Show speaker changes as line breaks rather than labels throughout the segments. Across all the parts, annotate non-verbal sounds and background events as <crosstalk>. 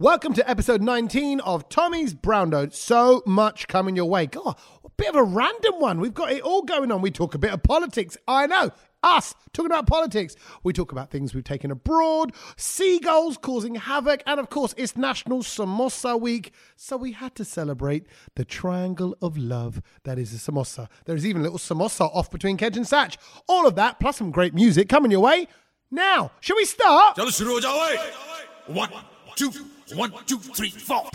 Welcome to episode 19 of Tommy's Brown Note. So much coming your way. God, a bit of a random one. We've got it all going on. We talk a bit of politics. I know. Us talking about politics. We talk about things we've taken abroad, seagulls causing havoc, and of course, it's National Samosa Week. So we had to celebrate the triangle of love that is a samosa. There's even a little samosa off between Kedge and Satch. All of that, plus some great music coming your way. Now, shall we start?
चलो शुरू हो जाओ ओए। One, two, one, two, three, four.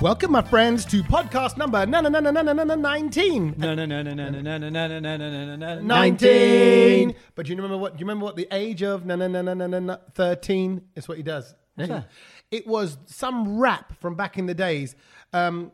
Welcome, my friends, to podcast number na na na na na na na na nineteen.
No, no, no, no, no, no, no, no, no, no, no, no, no, no.
Nineteen. But do you remember what? Do you remember what the age of na na na na na na na thirteen is? What he does. It was some rap from back in the days. Um,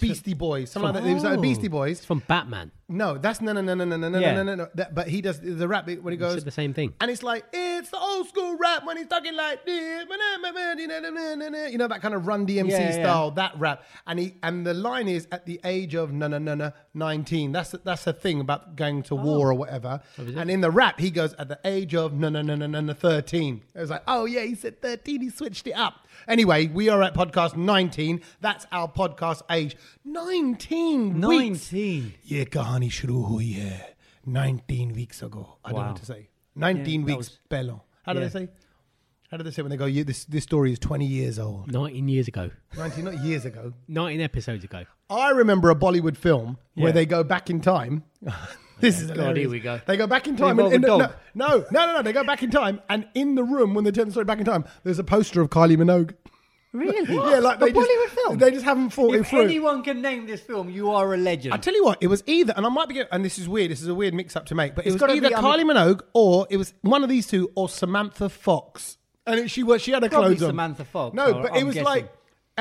Beastie Boys, something like that. It was
Oh.
like Beastie Boys.
It's from Batman.
No, that's no no no no no no no
Yeah.
no no no. That- But he does the rap bit when he goes
said the same thing.
and it's like it's the old school rap when he's talking like this, you know that kind of Run DMC
Yeah, yeah.
style that rap. And he and the line is at the age of no no no no nineteen. That's a, that's a thing about going to war or whatever. And in the rap he goes at the age of no no no no no no thirteen. It was like oh yeah he said thirteen he switched it up. Anyway, we are at podcast nineteen. That's our podcast age nineteen. weeks.
19.
ये कहानी शुरू हुई है 19 weeks ago. I don't know what to say. 19
Yeah, that
weeks
was-
पहले. How do
Yeah.
they say? How do they say when they go, "You- this, this story is 20 years old?
19 years ago.
19, not years ago.
19 episodes ago.
I remember a Bollywood film where
Yeah.
they go back in time. <laughs> this is hilarious.
here we go.
They go back in time. And,
involve
in
a
the, no,
dog.
no, no, no, no. They go back in time, and in the room when they turn the story back in time, there's a poster of Kylie Minogue.
<gasps> Really?
Yeah, like they
a
just,
Bollywood film.
They just haven't thought it
if
through.
anyone can name this film, you are a legend.
I tell you what, it was either, and I might be, getting, and this is weird. This is a weird mix-up to make, but it was
gotta
either
be- um, I
Kylie
mean-
Minogue or it was one of these two or Samantha Fox, and it, she was she had her
Probably
clothes on.
Samantha Fox,
No,
I-
but it
I'm
was
guessing.
like,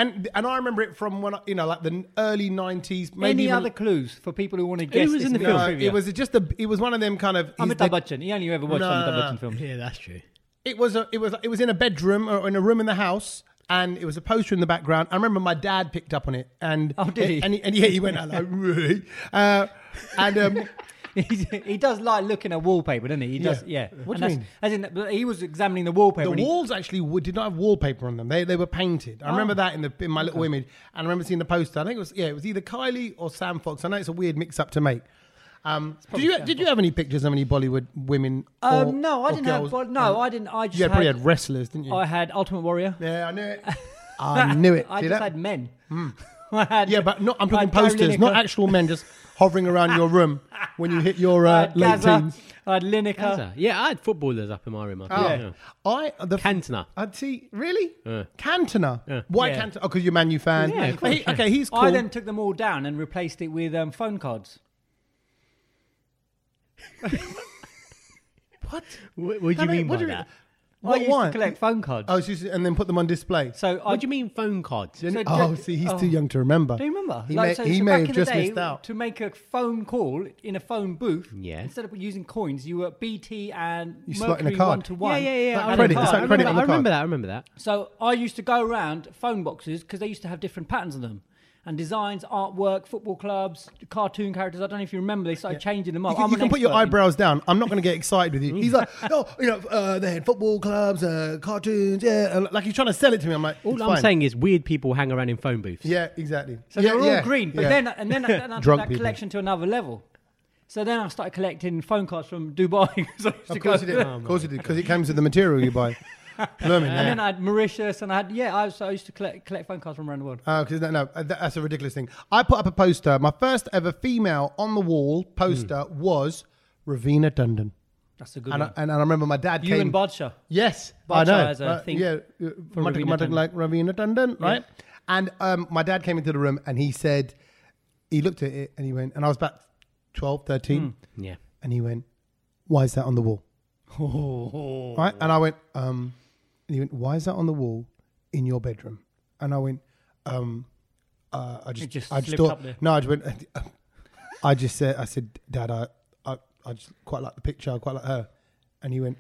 and and I remember it from when I- you know, like the early nineties. Maybe
Any
even-
other clues for people who want to guess?
was
this
in the
bit
film?
of
No,
trivia?
it was just a. It was one of them kind of. is
Amitabh
the-
Bachchan. He only ever watched
No, no,
Amitabh
no.
Bachchan films.
Yeah, that's
<laughs>
true.
It was a, it was it was in a bedroom or in a room in the house, and it was a poster in the background. I remember my dad picked up on it, and
Oh, did he?
And, and yeah, he went out like, "Really?" uh, and
<laughs>
um,
he does like looking at wallpaper, doesn't he? He does,
Yeah.
yeah.
What
And
do you
that's- As in, he was examining the wallpaper. and
The
he-
walls actually w- did not have wallpaper on them. They they were painted. I
Oh.
remember that in the in my little image, and I remember seeing the poster. I think it was yeah, it was either Kylie or Sam Fox. I know it's a weird mix up to make. Um, did you did you have any pictures of any Bollywood women? or-
um, no,
or
I didn't have.
girls?
Bo- no, I didn't. I just
You had, um, probably
had-
had wrestlers, didn't you?
I had Ultimate Warrior.
yeah, I knew
<laughs>
it. I knew it.
I
See
just
that? Hmm.
had men. <laughs> I had,
yeah, but not, I'm talking
I had Gary
posters, not
Lineker.
actual men just hovering around your room when you hit
<laughs>
your
I
uh,
had
late
Gaza,
teens.
I had Lineker.
Yeah, I had footballers up in my room. I think,
Oh.
yeah.
I the
Cantona.
I'd see really Cantona. Why
Yeah.
Cantona? Oh, because you're a Man U fan.
Yeah, of
But he-
course, yeah.
Okay, he's cool.
Oh, I then took them all down and replaced it with um, phone cards.
what?
What, what do
How
you mean
what
by
do you-
that?
What?
I used
why?
to collect phone cards.
Oh, it's just- and then put them on display.
so I,
What Oh, do you mean phone cards?
so
oh,
ju-
see, he's
oh.
too young to remember.
Do you remember?
He
Like,
may,
so-
he
so
may
back
have
in
just
the day,
missed out.
To make a phone call in a phone booth,
Yeah.
instead of using coins, you were BT and
You slot in a
Mercury
card.
one to one.
Yeah, yeah, yeah.
Like
I
credit,
remember-
it's like
I
credit
remember,
on the
I remember
card.
that. I remember that.
So I used to go around phone boxes because they used to have different patterns on them. And designs, artwork, football clubs, cartoon characters. I don't know if you remember, they started changing them up.
You can,
I'm Mm.
you
an
can put your
expert in-
eyebrows down. I'm not going to get excited with you. He's like, oh, you know, uh, they had football clubs, uh, cartoons, yeah. and Like he's trying to sell it to me. I'm like,
All
it's
I'm
fine.
saying is weird people hang around in phone booths.
Yeah, exactly.
So
yeah,
they were
yeah,
all green, but
yeah.
then
<laughs>
and then, then I took
Drunk
that
people.
collection to another level. So then I started collecting phone cards from Dubai. <laughs> so I used to
of
go-
course you
<laughs>
did. Of course you did, because it comes with the material you buy. Blooming,
And
yeah.
then I had Mauritius, and I had yeah. I, was, I used to collect collect phone cards from around the world.
Oh, because no, no, uh, that- that's a ridiculous thing. I put up a poster. My first ever female on the wall poster
Hmm.
was Ravina Dundon,
That's a good
and, I,
one.
and I remember my dad
you
came.
and Badsha.
yes, I
Bacha
know.
has a
Uh,
thing
yeah, uh, Madhuk-
Ravina
Madhuk
Tandon.
like Ravina Dundon, right? And um, my dad came into the room and he said, he looked at it and he went, and I was about 12, 13,
Hmm.
Yeah.
and he went, "Why is that on the wall?"
Oh.
Right, and I went, um, and he went, "Why is that on the wall in your bedroom?" And I went, um, uh, I just,
just
I just
slipped
thought,
up there.
no, I just went, <laughs> I just said, I said, Dad, I, I, I just quite like the picture, I quite like her, and he went,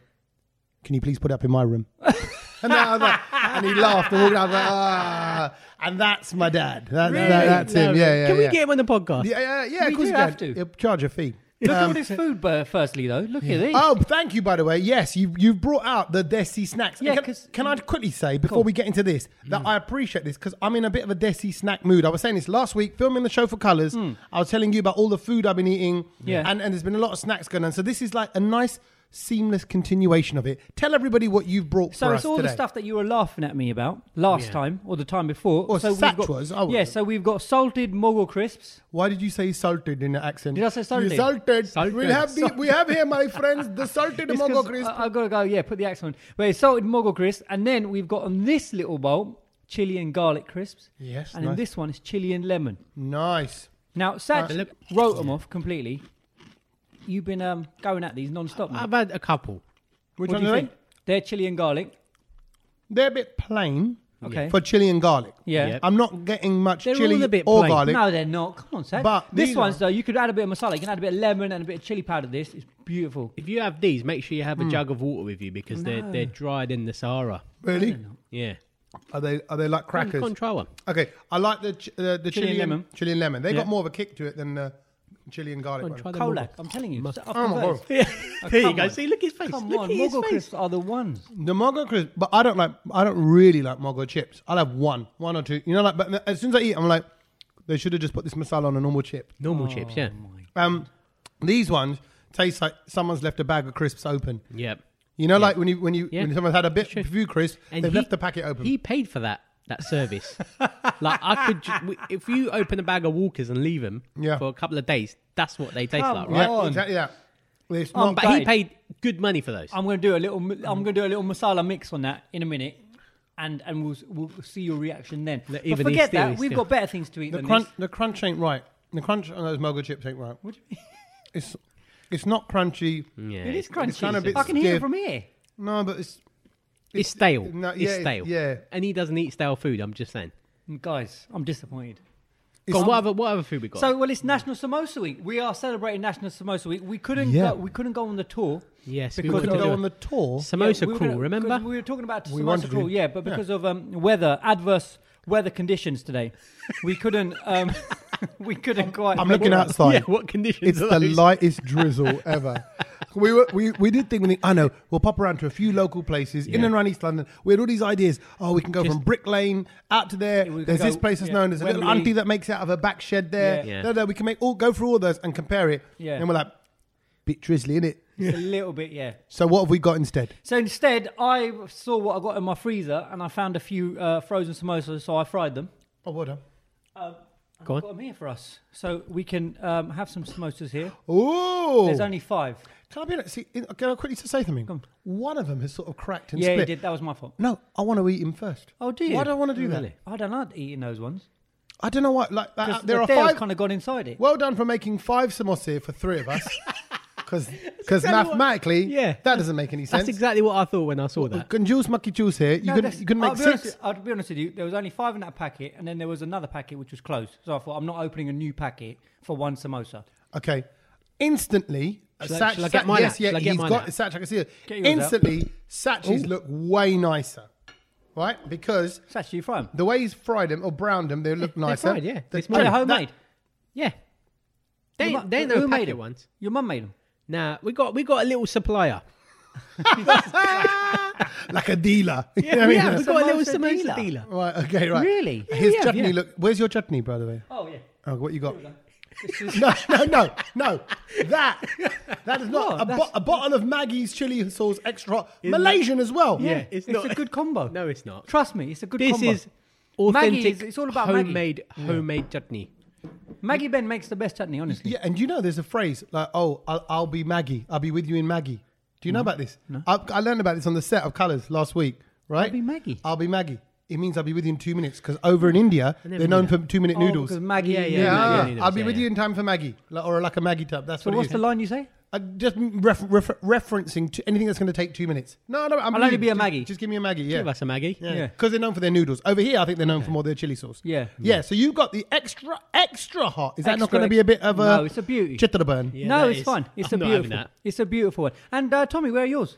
"Can you please put it up in my
<laughs>
room?" and, that, I was like- and he laughed and walked out. I was like, ah, and that's my dad. That, that- that's him. Yeah, yeah.
Can we
yeah.
get him on the podcast?
Yeah, yeah, yeah.
We
of course
do
you
have
can.
to.
Yeah, charge a fee.
Look at
<laughs>
all this food, bur- firstly, though. Look at these.
Oh, thank you, by the way. Yes, you, you've brought out the Desi snacks.
Yeah,
can,
'cause- Mm.
can I quickly say, before we get into this, that I appreciate this because I'm in a bit of a Desi snack mood. I was saying this last week, filming the show for Colours. I was telling you about all the food I've been eating.
Mm. Yeah.
And, and there's been a lot of snacks going on. So this is like a nice, seamless continuation of it. Tell everybody what you've brought
So
for
it's
us
all
today.
the stuff that you were laughing at me about last time or the time before.
Well,
so
Satch
got,
was, I wasn't.
yeah, so we've got salted mogul crisps.
Why did you say salted in an accent?
Did I say salted?
You salted.
Salted.
We, have the, we have here, my friends, the salted
<laughs> It's
mogo
'cause
crisp.
I, have got to go. Yeah, put the accent on. But it's salted mogul crisps, and then we've got on this little bowl chili and garlic crisps.
Yes,
and
nice. Uh,
in this one is chili and lemon.
nice.
Now, Satch
Look-
wrote them off completely. You've been um, going at these non-stop. mate.
I've had a couple.
Which
what
one
do you
are they?
think? They're chili and garlic.
They're a bit plain
Okay.
for chili and garlic.
Yeah.
Yep.
I'm not getting much
They're
chili
all a bit
or
plain.
garlic.
No, they're not. Come on, Satch.
But
this
these
one's
are-
though. You could add a bit of masala. You can add a bit of lemon and a bit of chili powder. to This is beautiful.
If you have these, make sure you have a jug of water with you because they're they're dried in the Sahara.
Really?
Yeah.
Are they are they like
You
crackers?
can't try one.
Okay, I like the ch- uh, the chili,
and
and
lemon.
Chili and lemon. They
Yeah.
got more of a kick to it than uh, chili and garlic.
Go on,
one.
try them all.
Kolak, I'm telling you.
Oh my God.
<laughs> Yeah. there you
come
go.
on.
See, look at his face.
Come
look
on,
at his
Mogul
face.
crisps are the ones.
The Mogo crisp, but I don't like. I don't really like Mogo chips. I'll have one, one or two. You know, like. But as soon as I eat, I'm like, they should have just put this masala on a normal chip.
Normal chips, yeah.
Um, these ones taste like someone's left a bag of crisps open.
Yep.
You know, like when you when you
Yeah.
when someone's had a bit few crisps, they've
he-
left the packet open.
He paid for that that service. like I could, ju- if you open a bag of Walkers and leave them
Yeah.
for a couple of days, that's what they taste
Come
like,
on.
right?
yeah, exactly. Yeah, it's
Um,
not.
But he
Right.
paid good money for those.
I'm going to do a little. I'm going to do a little masala mix on that in a minute, and and we'll we'll see your reaction then.
Look,
But
even
forget
he's still-
that.
he's
We've
still-
got better things to eat
The
than
crunch,
this.
the crunch ain't right. The crunch on those Mogo chips ain't right. What do you mean? It's it's not crunchy.
yeah.
It is crunchy.
kinda a bit
I can hear it
stiff.
from here.
No, but it's
It's stale.
No,
it's
yeah, it-
stale.
yeah.
And he doesn't eat stale food. I'm just saying.
Mm, Guys, I'm disappointed.
Go on, what other what other food we got?
So well, it's National Samosa Week. We are celebrating National Samosa Week. We couldn't
Yeah.
go, we couldn't go on the tour.
yes,
we
because
could
of
go
the-
on the tour.
samosa
Yeah, we were
crawl.
gonna- 'cause
<laughs> remember?
we were talking about
wanted
samosa
to.
crawl, yeah, but because of um, weather, adverse weather conditions today, we couldn't um, <laughs> we couldn't quite.
I'm
make
looking
it.
outside.
Yeah. What conditions?
It's the
are those?
lightest drizzle ever. We were we, we did think we need, I know we'll pop around to a few local places in
Yeah.
and around East London. We had all these ideas. Oh, we can go
Just-
from Brick Lane out to there.
we could
There's this
go-
place that's
yeah,
known. There's a little
Wembley.
auntie that makes it out of her back shed there.
Yeah. Yeah.
No, no, we can make all go through all those and compare it.
Yeah.
And we're like, bit drizzly, is it?
It's a little bit, yeah.
So what have we got instead?
So instead, I saw what I got in my freezer, and I found a few uh, frozen samosas, so I fried them.
Oh, what? done.
Go
I've
on.
got them here for us, so we can um, have some samosas here.
Oh. Ooh.
There's only five.
Can I be honest? See, in- can I quickly just say something? One of them has sort of cracked and
Yeah, you
split.
did. That was my fault.
No, I want to eat him first.
Oh, do you?
Why do I want to do that?
Really?
I don't like eating those ones.
I don't know why. Like that,
'Cause
there
the
are
tail's
five.
kind of gone inside it.
Well done for making five samosas here for three of
<laughs>
us. Because mathematically,
Yeah.
that doesn't make any sense.
That's exactly what I thought when I saw
You
that.
can juice mucky juice here. You
No,
can
that's-
you can
I'll
make
be
six.
honest- I'll be honest with you. There was only five in that packet, and then there was another packet which was closed. So I thought I'm not opening a new packet for one samosa.
Okay, instantly.
Shall I-
Satch-
shall I get
Satch-
mine
yes,
out?
yeah,
Shall I get
he's
mine
got
out?
Satch. I can see it.
Get yours out.
Instantly, Satch's look way nicer, right? Because
It's actually from.
the way he's fried them or browned them, they look nicer.
fried, yeah.
The
It's
Are
made.
they
trim-
homemade?
Yeah. They
Your
ain't,
mu-
they ain't
who
no
made
packet
them?
ones.
Your mum made them.
Nah, we got we got a little supplier.
that- like a dealer. <laughs> You know what I mean?
<laughs> yeah, we got a little
Samosa
samosa
dealer.
dealer.
Right. Okay. Right.
Really? Yeah,
His
yeah,
chutney
yeah.
look. Where's your chutney, by the way?
Oh yeah.
Oh, what you got? no, no, no, no. That that is not
What?
a, bo-
That's-
a bottle of Maggie's chili sauce extra hot. Malaysian as well.
Yeah.
It's,
It's not-
a good combo.
Oh, No, it's not.
Trust me, it's a good
This
combo.
is authentic.
Maggie is- it's all about Maggie.
homemade homemade chutney.
Maggie Ben makes the best chutney, honestly.
Yeah, and you know there's a phrase like, "Oh, I'll, I'll be Maggie. I'll be with you in Maggie." Do you know about this? No. I, I learned about this on the set of Colors last week. Right? I'll
be Maggie.
I'll be Maggie. It means I'll be with you in two minutes because over in India they're
never knew
known
that.
for two-minute
Oh,
noodles.
because Maggie.
Yeah, yeah,
knew
yeah.
that.
Ah,
noodles,
I'll be
yeah,
with
yeah.
you in time for Maggie, like, or like a Maggie tub. That's
So
what
what's
it
the
is.
line you say?
Uh, just ref, ref, referencing to anything that's going to take two minutes. No, no, I'm
I'll only
leaving.
be a
Just-
Maggie.
Just, give me a Maggie. Yeah,
Give us a Maggie.
Yeah.
because they're known for their noodles. Over here, I think they're known for more their chili sauce.
Yeah.
yeah. So you've got the extra, extra hot. Is that not
Extra,
going to be a bit of a?
no, it's a beauty.
Chitterburn.
Yeah,
no,
that
it's
is-
fine. It's
I'm
a
not having
beautiful.
that.
It's a beautiful one. And uh, Tommy, where are yours?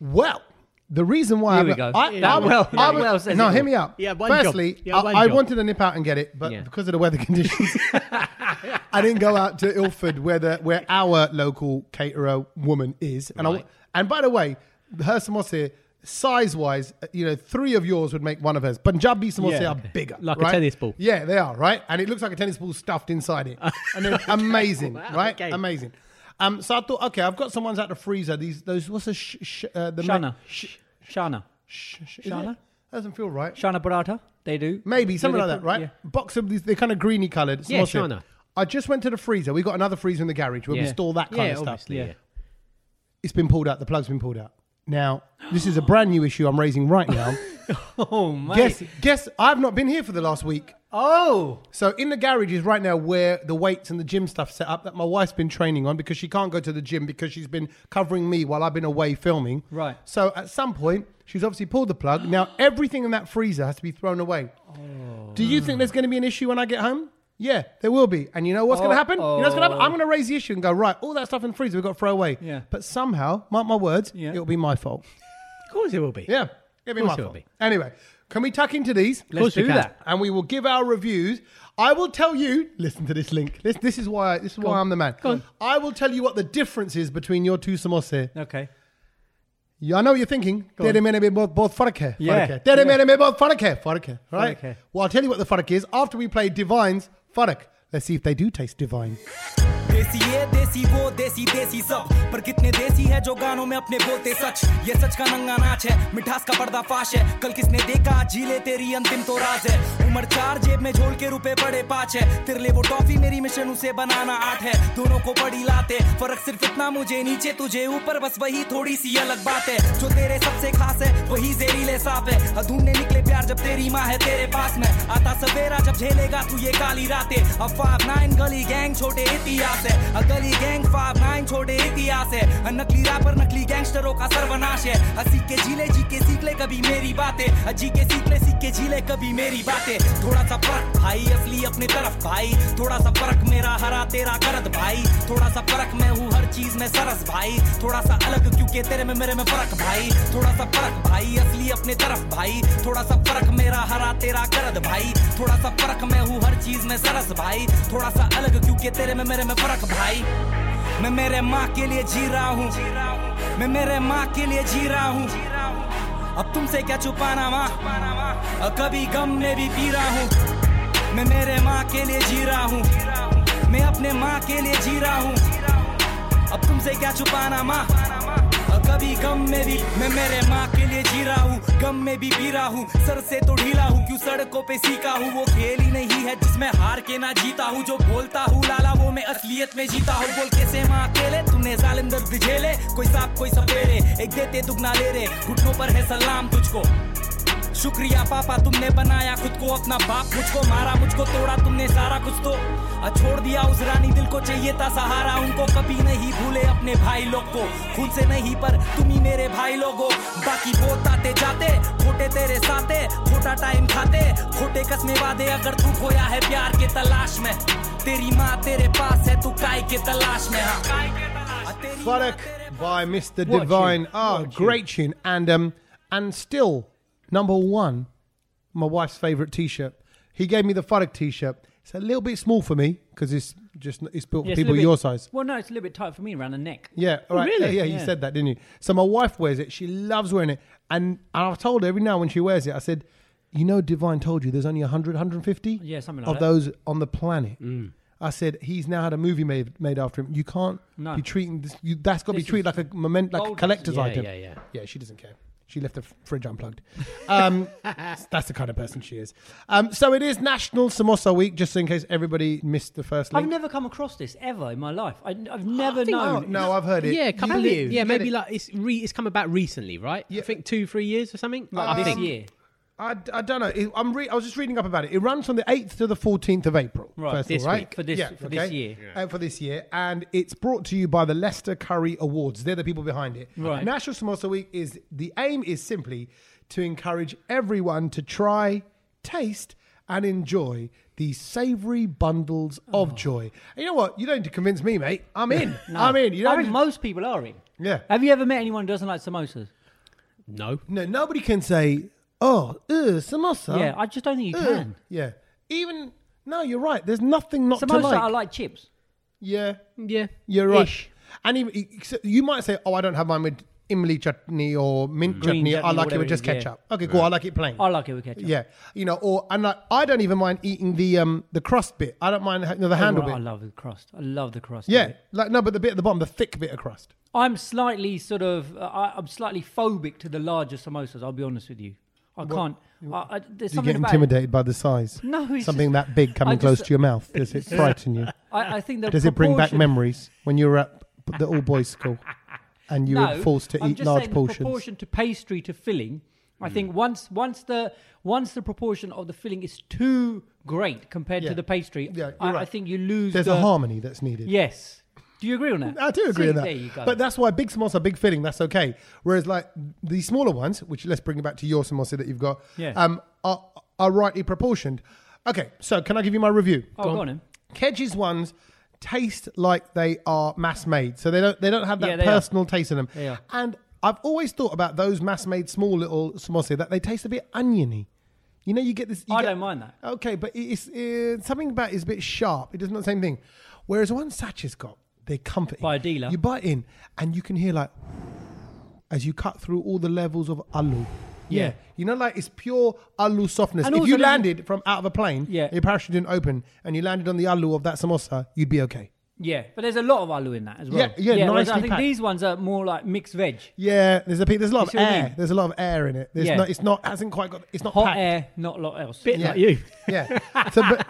Well, The reason why
Here
I,
we
would-
go.
I,
Yeah,
I would-
well,
I
yeah,
would-
well says
no,
it
hear
all.
me out.
Yeah, one job.
Firstly,
Yeah,
I,
one
I
job.
wanted to nip out and get it, but
Yeah.
because of the weather <laughs> conditions, I didn't go out to Ilford, where the where our local caterer woman is. And I,
Right.
and by the way, her samosa size wise, you know, three of yours would make one of hers. Punjabi samosa
Yeah,
are
okay.
bigger,
Like a
right?
tennis ball.
Yeah, they are right, and it looks like a tennis ball stuffed inside it. and they're amazing,
Wow,
right?
okay.
Amazing. Um, so I thought, okay, I've got some ones out the freezer. These, those, what's the sh, sh, uh, the ma-
Shana. Sh- Shana.
Sh- sh-
Shana?
That doesn't feel right.
Shana Barata. They do.
Maybe
Yeah,
something
they
like that,
put-
right?
yeah.
Box of these, they're kind of greeny coloured.
Yeah,
What's it?
Shana.
I just went to the freezer. We got another freezer in the garage where we
Yeah.
store that kind
Yeah,
of stuff.
obviously, yeah.
It's been pulled out. The plug's been pulled out. Now, this is a brand new issue I'm raising right now.
Oh, mate.
guess, guess, I've not been here for the last week.
Oh.
So in the garage is right now where the weights and the gym stuff set up that my wife's been training on because she can't go to the gym because she's been covering me while I've been away filming.
Right.
So at some point she's obviously pulled the plug. Now everything in that freezer has to be thrown away. Do you think there's going to be an issue when I get home? Yeah, there will be. And you know what's going to happen? You know what's going to happen? I'm going to raise the issue and go right. All that stuff in the freezer we've got to throw away.
Yeah.
But somehow, mark my words,
Yeah.
it'll be my fault.
Of course it will be.
Yeah, it'll be
course
my
it will
fault.
be.
Anyway, can we tuck into these?
Of course
do
we can.
that.
and we will give our reviews. I will tell you. Listen to this link. This, this is why. This is why I'm the man. I will tell you what the difference is between your two samosa.
Okay.
Yeah, I know what you're thinking. Tere mere mein bahut bahut fark hai.
Yeah.
Fark hai. Tere mere mein bahut fark hai. Fark hai. Right.
Fark hai.
Well, I'll tell you what the fark is after we play Divine's fark. Let's see if they do taste divine.
देसी ये देसी वो देसी देसी सब पर कितने देसी है जो गानों में अपने बोलते सच ये सच का नंगा नाच है मिठास का पर्दाफाश है कल किसने देखा आज झीले तेरी अंतिम तो राज है उम्र चार जेब में झोल के रुपए बड़े पाँच है तेरे लिए वो टॉफी मेरी मिशन उसे बनाना आठ है दोनों को बड़ी लाते फर्क सिर्फ इतना मुझे नीचे तुझे ऊपर बस वही थोड़ी सी अलग बात है जो तेरे सबसे खास है वही जहरीले सांप है अब ढूंढने निकले प्यार जब तेरी माँ है तेरे पास में आता सवेरा जब झेलेगा तू ये काली रातें अब फाइव नाइन गली गैंग छोटे इतिहास है अब गली गैंग फाइव नाइन छोटे इतिहास है अब नकली रैपर नकली गैंगस्टरों का सर्वनाश है अब सीख के झीले जी के सीख ले कभी मेरी बातें अब जी के सीख ले सीख के झीले कभी मेरी बातें थोड़ा सा फर्क भाई असली अपने तरफ भाई थोड़ा सा फर्क मेरा हरा तेरा करद भाई थोड़ा सा फर्क मैं हूँ हर चीज में सरस भाई थोड़ा सा अलग क्योंकि तेरे में मेरे में फर्क भाई थोड़ा सा फर्क भाई असली अपने तरफ भाई थोड़ा सा फर्क मेरा हरा तेरा करद भाई थोड़ा सा फर्क मैं हूँ हर चीज में सरस भाई थोड़ा सा अलग क्योंकि तेरे में मेरे में फर्क भाई मैं मेरे माँ के लिए जी रहा हूँ मैं मेरे माँ के लिए जी रहा हूँ अब तुमसे क्या छुपाना माँ अब कभी गम ने भी पी रहा हूँ मैं मेरे माँ के लिए जी रहा हूँ मैं अपने माँ के लिए जी रहा हूँ अब तुमसे क्या छुपाना माँ अब कभी गम में भी मैं मेरे माँ के लिए जी रहा हूँ गम में भी पी रहा हूँ सर से तो ढीला हूँ क्यों सड़कों पे सीखा हूँ वो खेल ही नहीं है जिसमें हार के ना जीता हूँ जो बोलता हूँ लाला वो मैं असलियत में जीता हूँ बोल के से माँ अकेले तूने जालिम दर्द झेले कोई सांप कोई सपेरे एक देते दुगना ले रे घुटनों पर है सलाम तुझको शुक्रिया पापा तुमने बनाया खुद को अपना बाप मुझको मारा मुझको तोड़ा तुमने सारा कुछ तो अ, छोड़ दिया उस रानी दिल को चाहिए था सहारा उनको कभी नहीं भूले अपने भाई लोग को खून से नहीं पर तुम ही मेरे भाई लोगो बाकी बहुत आते जाते खोटे तेरे साथे खोटा टाइम खाते खोटे कसमे वादे अगर तू खोया है प्यार के तलाश में तेरी माँ तेरे पास है तू काय के तलाश में हाँ अ, तेरी माँ
Fark by Mr.
What
Divine.
tune?
Ah,
What tune?
great tune. And um, and still number one, my wife's favorite T-shirt. He gave me the Fark T-shirt. It's a little bit small for me because it's just it's built for
Yeah, it's a
people
little
your
bit-
size.
Well, no, it's a little bit tight for me around the neck.
Yeah, all right.
really?
Yeah, yeah, you
Yeah.
said that, didn't you? So my wife wears it. She loves wearing it. And, and I've told her every now when she wears it, I said, you know, Divine told you there's only 100, 150
Yeah, something like
of
that.
those on the planet. I said, he's now had a movie made, made after him. You can't
No.
be treating this. You, that's got to be
This is
treated like a moment, like a
gold.
collector's
Yeah,
item.
yeah, yeah.
Yeah, she doesn't care. She left the f- fridge unplugged. Um, that's the kind of person she is. Um, so it is National Samosa Week, just in case everybody missed the first link.
I've never come across this ever in my life. I, have never
think-
known.
Oh, no, I've heard it.
Yeah, a couple
Have you?
of years. Yeah,
Get
maybe
it?
like it's re, it's come about recently, right? I think two, three years or something.
Like
I
<laughs> this
think.
<laughs>
year.
I, I don't know. It- I'm re- I was just reading up about it. It runs from the 8th to the 14th of April.
Right,
first of
this
all, right?
week.
For this- for this year.
Uh, for this year. And it's brought to you by the Leicester Curry Awards. They're the people behind it.
Right.
National Samosa Week is the aim is simply to encourage everyone to try, taste, and enjoy these savory bundles
Oh.
of joy. And you know what? You don't need to convince me, mate.
<laughs>
I'm in. I'm in. You
I
don't
think
need-
most people are in.
Yeah.
Have you ever met anyone who doesn't like samosas?
No.
No, nobody can say, oh, ugh, samosa.
Yeah, I just don't think you
Ugh.
can.
Yeah. Even, no, you're right. There's nothing not
Samosa
to like.
are like chips.
Yeah,
Yeah.
you're right.
Ish.
And even, except you might say, oh, I don't have mine with imli chutney or mint
Green
chutney. I
chutney,
like it
whatever
with
it
just
is, yeah.
ketchup. Okay, cool. I like it plain.
I like it with ketchup.
Yeah, you know, or and I, I don't even mind eating the um the crust bit. I don't mind ha- you know, the
Oh,
handle
right,
bit.
I love the crust. I love the crust.
yeah, like no, but the bit at the bottom, the thick bit of crust.
I'm slightly sort of uh, I, I'm slightly phobic to the larger samosas. I'll be honest with you. I can't. I, I, there's
You
something
get
about it.
intimidated by the size.
No, it's
something
just-
that big coming
I just-
close to your mouth. Does
<laughs>
it frighten you?
I, I think the
Does it bring back
proportion-
memories when you were at the all boys
<laughs>
school and you were
No,
forced to
I'm
eat
just
large
saying The
portions? Mm.
proportion to pastry to filling. I think once once the once the proportion of the filling is too great compared
Yeah.
to the pastry,
Yeah, you're
I, I
right.
think you lose.
There's
the,
a harmony that's needed.
Yes. Do you agree on that?
I do agree
See,
with that.
There you go.
But that's why big samosa, big filling, that's okay. Whereas like the smaller ones, which let's bring it back to your samosa that you've got,
Yeah.
um, are, are rightly proportioned. Okay, so can I give you my review?
oh, go on. then.
Kedge's ones taste like they are mass made, so they don't they don't have
Yeah,
that
they are.
personal taste in them.
They are.
And I've always thought about those mass made small little samosa that they taste a bit oniony. You know, you get this. you
I
get-
don't mind that.
Okay, but it- it's uh, something about it's a bit sharp. It does not the same thing. Whereas the one Satch's got, they're comforting.
By a dealer.
You bite in, and you can hear like as you cut through all the levels of alu. Yeah. You know, like it's pure alu softness.
And
if
also
you
there's a-
landed from out of a plane,
Yeah.
your parachute didn't open, and you landed on the alu of that samosa, you'd be okay.
Yeah, but there's a lot of aloo in that as well.
Yeah, yeah,
whereas I
nicely
think
packed.
these ones are more like mixed veg.
Yeah, there's a pe- there's a lot
You
of
see what I
air.
mean?
There's a lot of air in it. There's
Yeah.
not, it's not hasn't quite got it's not
Hot
packed.
air, not a lot else.
Bit
Yeah.
like you.
<laughs> Yeah. So, but,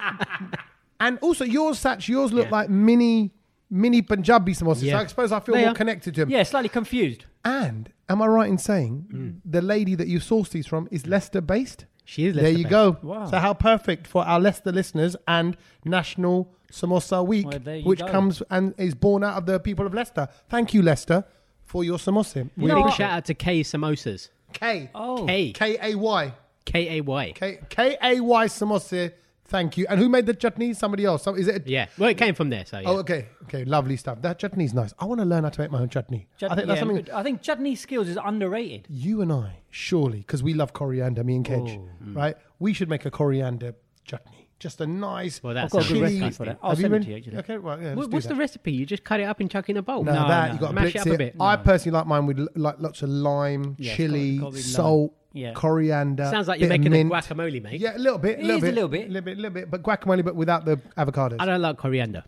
and also yours, Satch, yours look
Yeah.
like mini mini Punjabi samosas.
Yeah.
So I suppose I feel
They
more
are.
connected to them.
Yeah, slightly confused.
And am I right in saying
Mm.
the lady that you sourced these from is Leicester based?
She is
There you go.
Leicester-based. Wow.
So how perfect for our Leicester listeners and National Samosa Week,
Well, there you
which
go.
comes and is born out of the people of Leicester. Thank you, Leicester, for your samosa.
You know
Big
what?
shout out to K Samosas.
K
Oh,
K
K A Y.
K A Y.
K K A Y samosa. Thank you. And who made the chutney? Somebody else. So Is it?
Yeah. Well, it came from there, so yeah.
Oh, okay. Okay, lovely stuff. That chutney's nice. I want to learn how to make my own chutney.
Chut-
I think that's
yeah,
something
good. I think chutney skills is underrated.
you and I, surely, because we love coriander, me and Kedge, right? We should make a coriander chutney. Just a nice.
Well, that
I've
sounds
chili-
good recipe for that.
I'll
Have
send
you
it
been-
to you, actually.
Okay, well, yeah, let's
What-
do
What's
that.
the recipe? You just cut it up and chuck it in a bowl.
No, that you got to
mash
blitz
it up a bit.
I personally like mine with l- like lots of lime,
Yeah, it's
chili,
gotta be- gotta be lime.
salt,
Yeah.
coriander.
Sounds like you're
bit of
making a
mint.
guacamole, mate.
Yeah, a little bit,
It
little
is a
bit,
little bit.
little bit, little bit, but guacamole, but without the avocados.
I don't like coriander.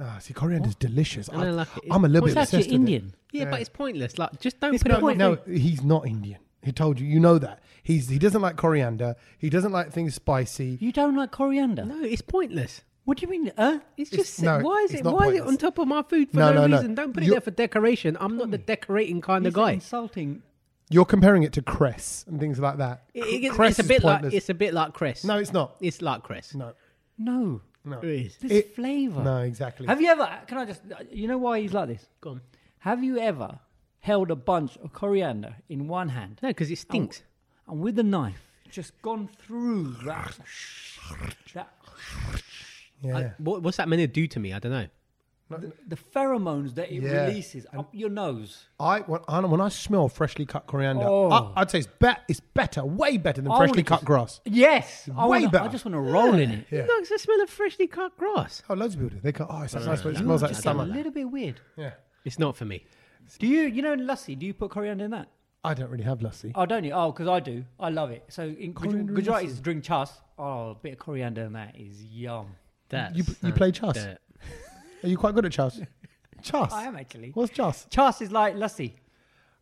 Ah, see, coriander's delicious. I
I don't like it.
am a little
What's
bit
that, you're
obsessed with it.
Indian?
Yeah, but it's pointless. Like, just don't put it
No,
on my
no,
food.
he's not Indian. He told you. You know that. He's he doesn't like coriander. He doesn't like things spicy.
You don't like coriander?
No, it's pointless.
What do you mean? Uh?
It's
It's-
just
no,
why is
it's
it
not
why is it
pointless.
on top of my food for
No,
no,
no, no.
reason? Don't put it
You're-
there for decoration. I'm not the decorating kind of
Is it
guy.
insulting.
You're comparing it to cress and things like that.
It- it- it's,
Cress
a
is
bit like
pointless.
it's a bit like Chris.
no, it's not.
it's like Chris.
No,
No.
no,
It is.
This
It-
flavour.
no, exactly.
Have you ever, can I just, you know why he's like this?
Go on.
Have you ever held a bunch of coriander in one hand
No, because it stinks.
Oh.
and with the knife just gone through that? that
yeah.
I- what, what's that meant to do to me? I don't know.
the pheromones that it
Yeah.
releases up your nose.
I when, I when I smell freshly cut coriander,
Oh.
I, would say it's, be- it's better, way better than
I
freshly
wanna
cut
just-
grass.
Yes. I,
Way
wanna,
better.
I just want to roll in it.
Yeah.
No, it's the smell of freshly cut grass.
Oh, loads of people do. They go, oh, it's such nice, but it smells like
Just get a
summer.
little bit weird.
Yeah.
It's not for me.
Do you, you know, in lassi, do you put coriander in that?
I don't really have lassi.
Oh, don't you? Oh, because I do. I love it. So in Guj-
Coriander in
Gujaratis drink chas. Oh, a bit of coriander in that is yum.
That's
You- you play chess?
dirt.
Are you quite good at chas? Chas.
I am actually.
What's chas?
Chas is like lassi,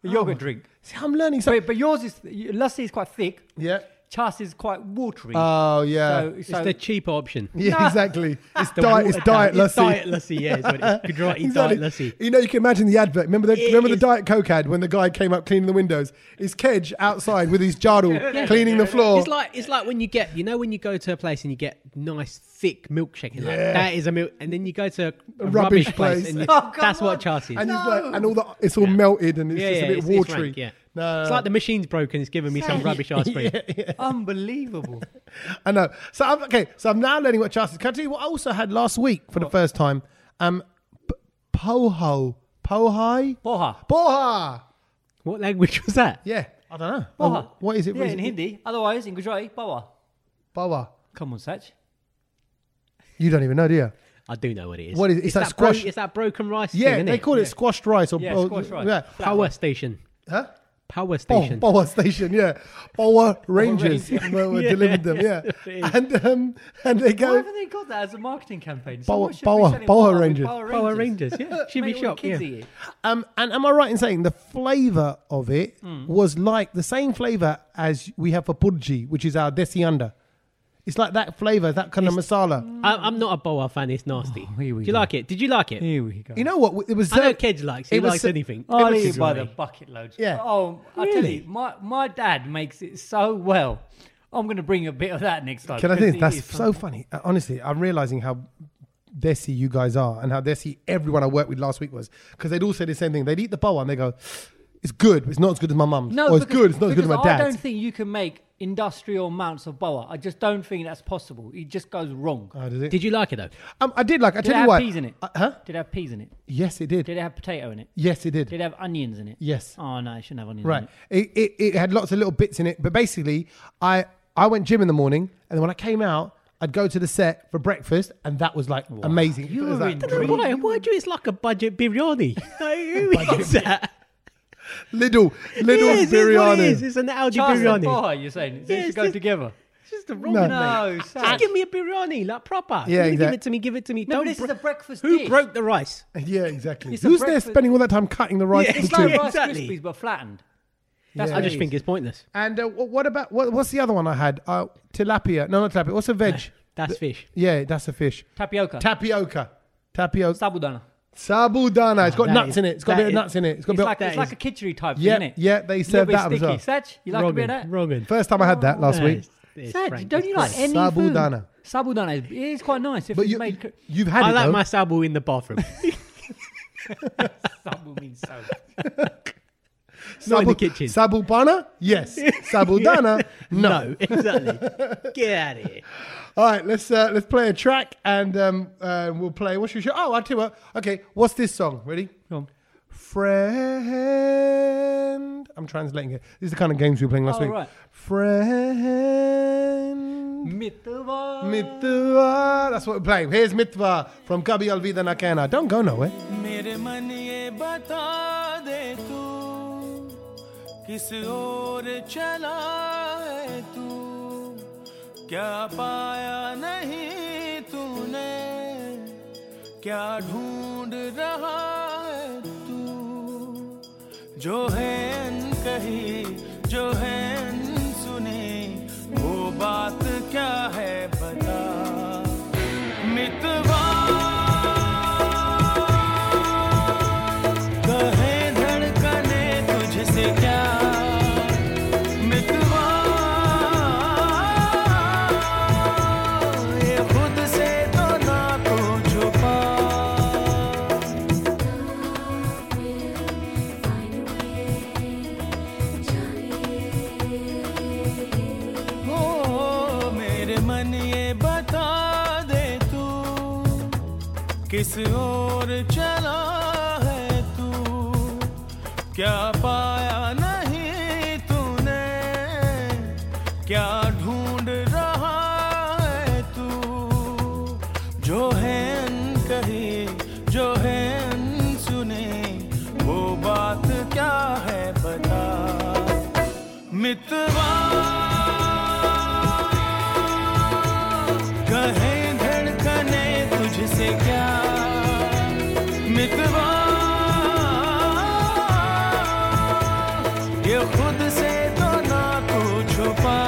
a yogurt drink.
See, I'm learning
So,
something.
but yours is lassi is quite thick.
Yeah.
Chas is quite watery.
Oh yeah.
so,
It's
so
the cheaper option.
<laughs> yeah,
Nah.
<laughs>
exactly. It's
The
diet.
water
It's diet
type. It's
lassi.
diet lassi, yeah. It's what it is.
<laughs>
Gujarati
Exactly.
diet lassi.
You know, you can imagine the advert. Remember the
It
remember the
is-
Diet Coke ad when the guy came up cleaning the windows. Is Kedge outside with his
<laughs>
jardel cleaning the floor?
It's like it's like when you get you know when you go to a place and you get nice thick milkshake and like
Yeah.
that is a milk and then you go to a, a
rubbish
rubbish, place,
place.
and you,
Oh, come
that's
on.
what chas is.
and it's like, and all the it's all melted and it's
yeah,
just
yeah,
a bit
it's, it's rank,
watery.
yeah,
No,
it's like the machine's broken. It's giving me some rubbish ice
<laughs>
cream.
unbelievable.
I know. So I'm okay. So I'm now learning what chas is. Can I tell you what I also had last week for the first time? Um, p- poho, pohai,
Poha.
boha,
What language was that?
Yeah, I don't know.
Bawa.
Oh, what is it?
Yeah,
What is
in
it?
Hindi. Otherwise, in Gujarati, bawa.
Bawa.
Come on, Satch.
You don't even know, do you?
I do know what it is.
What is it? It's
It's,
that
that, bro-
squash-
it's that broken rice.
Yeah,
thing,
they
innit?
call it squashed rice or
Yeah,
or-
squashed rice.
Yeah.
Flat
power station.
Huh?
Power
Oh,
station.
Power Station, yeah.
<laughs>
Power Rangers were, were
Yeah,
delivered them, yeah.
<laughs> it
And um, and they
Why
go
haven't they got that as a marketing campaign?
Bawa-
Someone should be
Bawa-
selling
Bawa
with
Rangers.
Power Rangers.
<laughs>
Yeah, she'd be
Mate, all the
shocked. Yeah.
kids eat it.
um and am I right in saying the flavour of it
Hmm.
was like the same flavour as we have for Pudji, which is our desi under. It's like that flavour, that kind of masala.
I, I'm not a boa fan. It's nasty.
Oh,
here we
Do you
go.
like it? Did you like it?
Here we go.
You know what? It was
I know
served-
Kedge likes. He
it was
likes
so-
anything.
Oh, I'll
It was
eat it by the
great.
bucket loads.
Yeah.
Oh, I tell
Really?
you, my, my dad makes it so well. I'm going to bring a bit of that next time.
Can I
'cause
think
it
that's
is
so funny? Uh, Honestly, I'm realizing how desi you guys are, and how desi everyone I worked with last week was, because they'd all say the same thing. They'd eat the bowl and they go, "It's good, but it's not as good as my mum's.
No,
or it's
because-
good, it's not as good as
because
my
I
dad's."
don't think you can make industrial amounts of boa. I just don't think that's possible. It just goes wrong.
Oh, does it?
Did you like it though?
um, I did like. I
did it
tell you
have
what.
peas in it?
Uh, huh?
Did it have peas in it?
Yes, it did.
Did it have potato in it?
yes, it did.
Did it have onions in it?
Yes.
Oh no, it shouldn't have onions. In
Right.
it.
It, it, it had lots of little bits in it, but basically, I I went gym in the morning, and then when I came out, I'd go to the set for breakfast, and that was like amazing. It was
were
like,
in dream-
Why? Why do you? It's like a budget
<laughs>
biryani. like, who is that?
Lidl,
It
Lidl
is, it's what
biryani.
it is. It's an algae
Chas and
biryani.
boa, you're saying they
Yeah,
should
it's
go
just-
together.
It's just the wrong.
No.
No,
No, Saj.
just give me a biryani, like proper.
Yeah,
Yeah, give
exact-
it to me. Give it to me.
No, but
Don't
this is
bro-
a breakfast
Who
dish.
broke the rice?
Yeah, exactly.
It's a
Who's there
breakfast-
spending all that time cutting the rice?
Yeah,
for
it's
the
like
two?
rice.
Rice
exactly.
Krispies but flattened. That's
Yeah.
I
what
just
it
think
is.
it's pointless.
And uh, wh- what about what, what's the other one I had? Uh, tilapia. No, not tilapia. What's a veg?
That's fish.
yeah, that's a fish.
tapioca.
Tapioca. Tapioca.
Sabudana.
Sabudana. It's got
that
nuts
is-
in it. It's got a
that
bit of
is-
nuts in it. It's got a
It's
bit
like, it's
that
like
is-
a kitchery type
Yeah,
thing, isn't it?
yeah, they
Little
serve
bit
that as
sticky.
well.
Saj, you like a bit of that?
Wrong.
First time I had that last
No,
week.
it's- it's
Saj,
Frank,
don't
it's
you like
gross.
any
Sabudana.
food? Sabudana is it is quite nice if
But
it's
you,
made. cr-
you've had
I
it
like
though.
my sabu in
<laughs>
the bathroom.
Sabu means so.
Not in the
Sabu-
kitchen.
Sabubana?
<laughs>
Yes. Sabudana? No.
No, <laughs> exactly.
<laughs>
Get out of here.
All right, let's uh, let's play a track and um, uh, we'll play. What's your show? Oh, I'll tell you what. Okay, what's this song? Ready?
Go on.
Friend. I'm translating it. This is the kind of games we were playing last
Oh,
week.
right.
Friend.
Mitwa.
Mitwa. That's what we're playing. Here's Mitwa from Kabi Alvida Nakana. Don't go nowhere.
मेरे मन ये बता दे तू किस ओर चला है तू क्या पाया नहीं तूने क्या ढूंढ रहा है तू जो है कही जो है सुनी वो बात क्या है बता मितवा कहे धड़कने तुझसे क्या मितवा ये खुद से तो ना तू छुपा हो मेरे मन ये बता दे तू किस ओर चला है तू क्या पाया नहीं तूने क्या ढूंढ रहा है तू जो है न कही जो है न सुने वो बात क्या है बता मितवा कहे धड़कने तुझसे क्या मितवा ये खुद से तो ना तू छुपा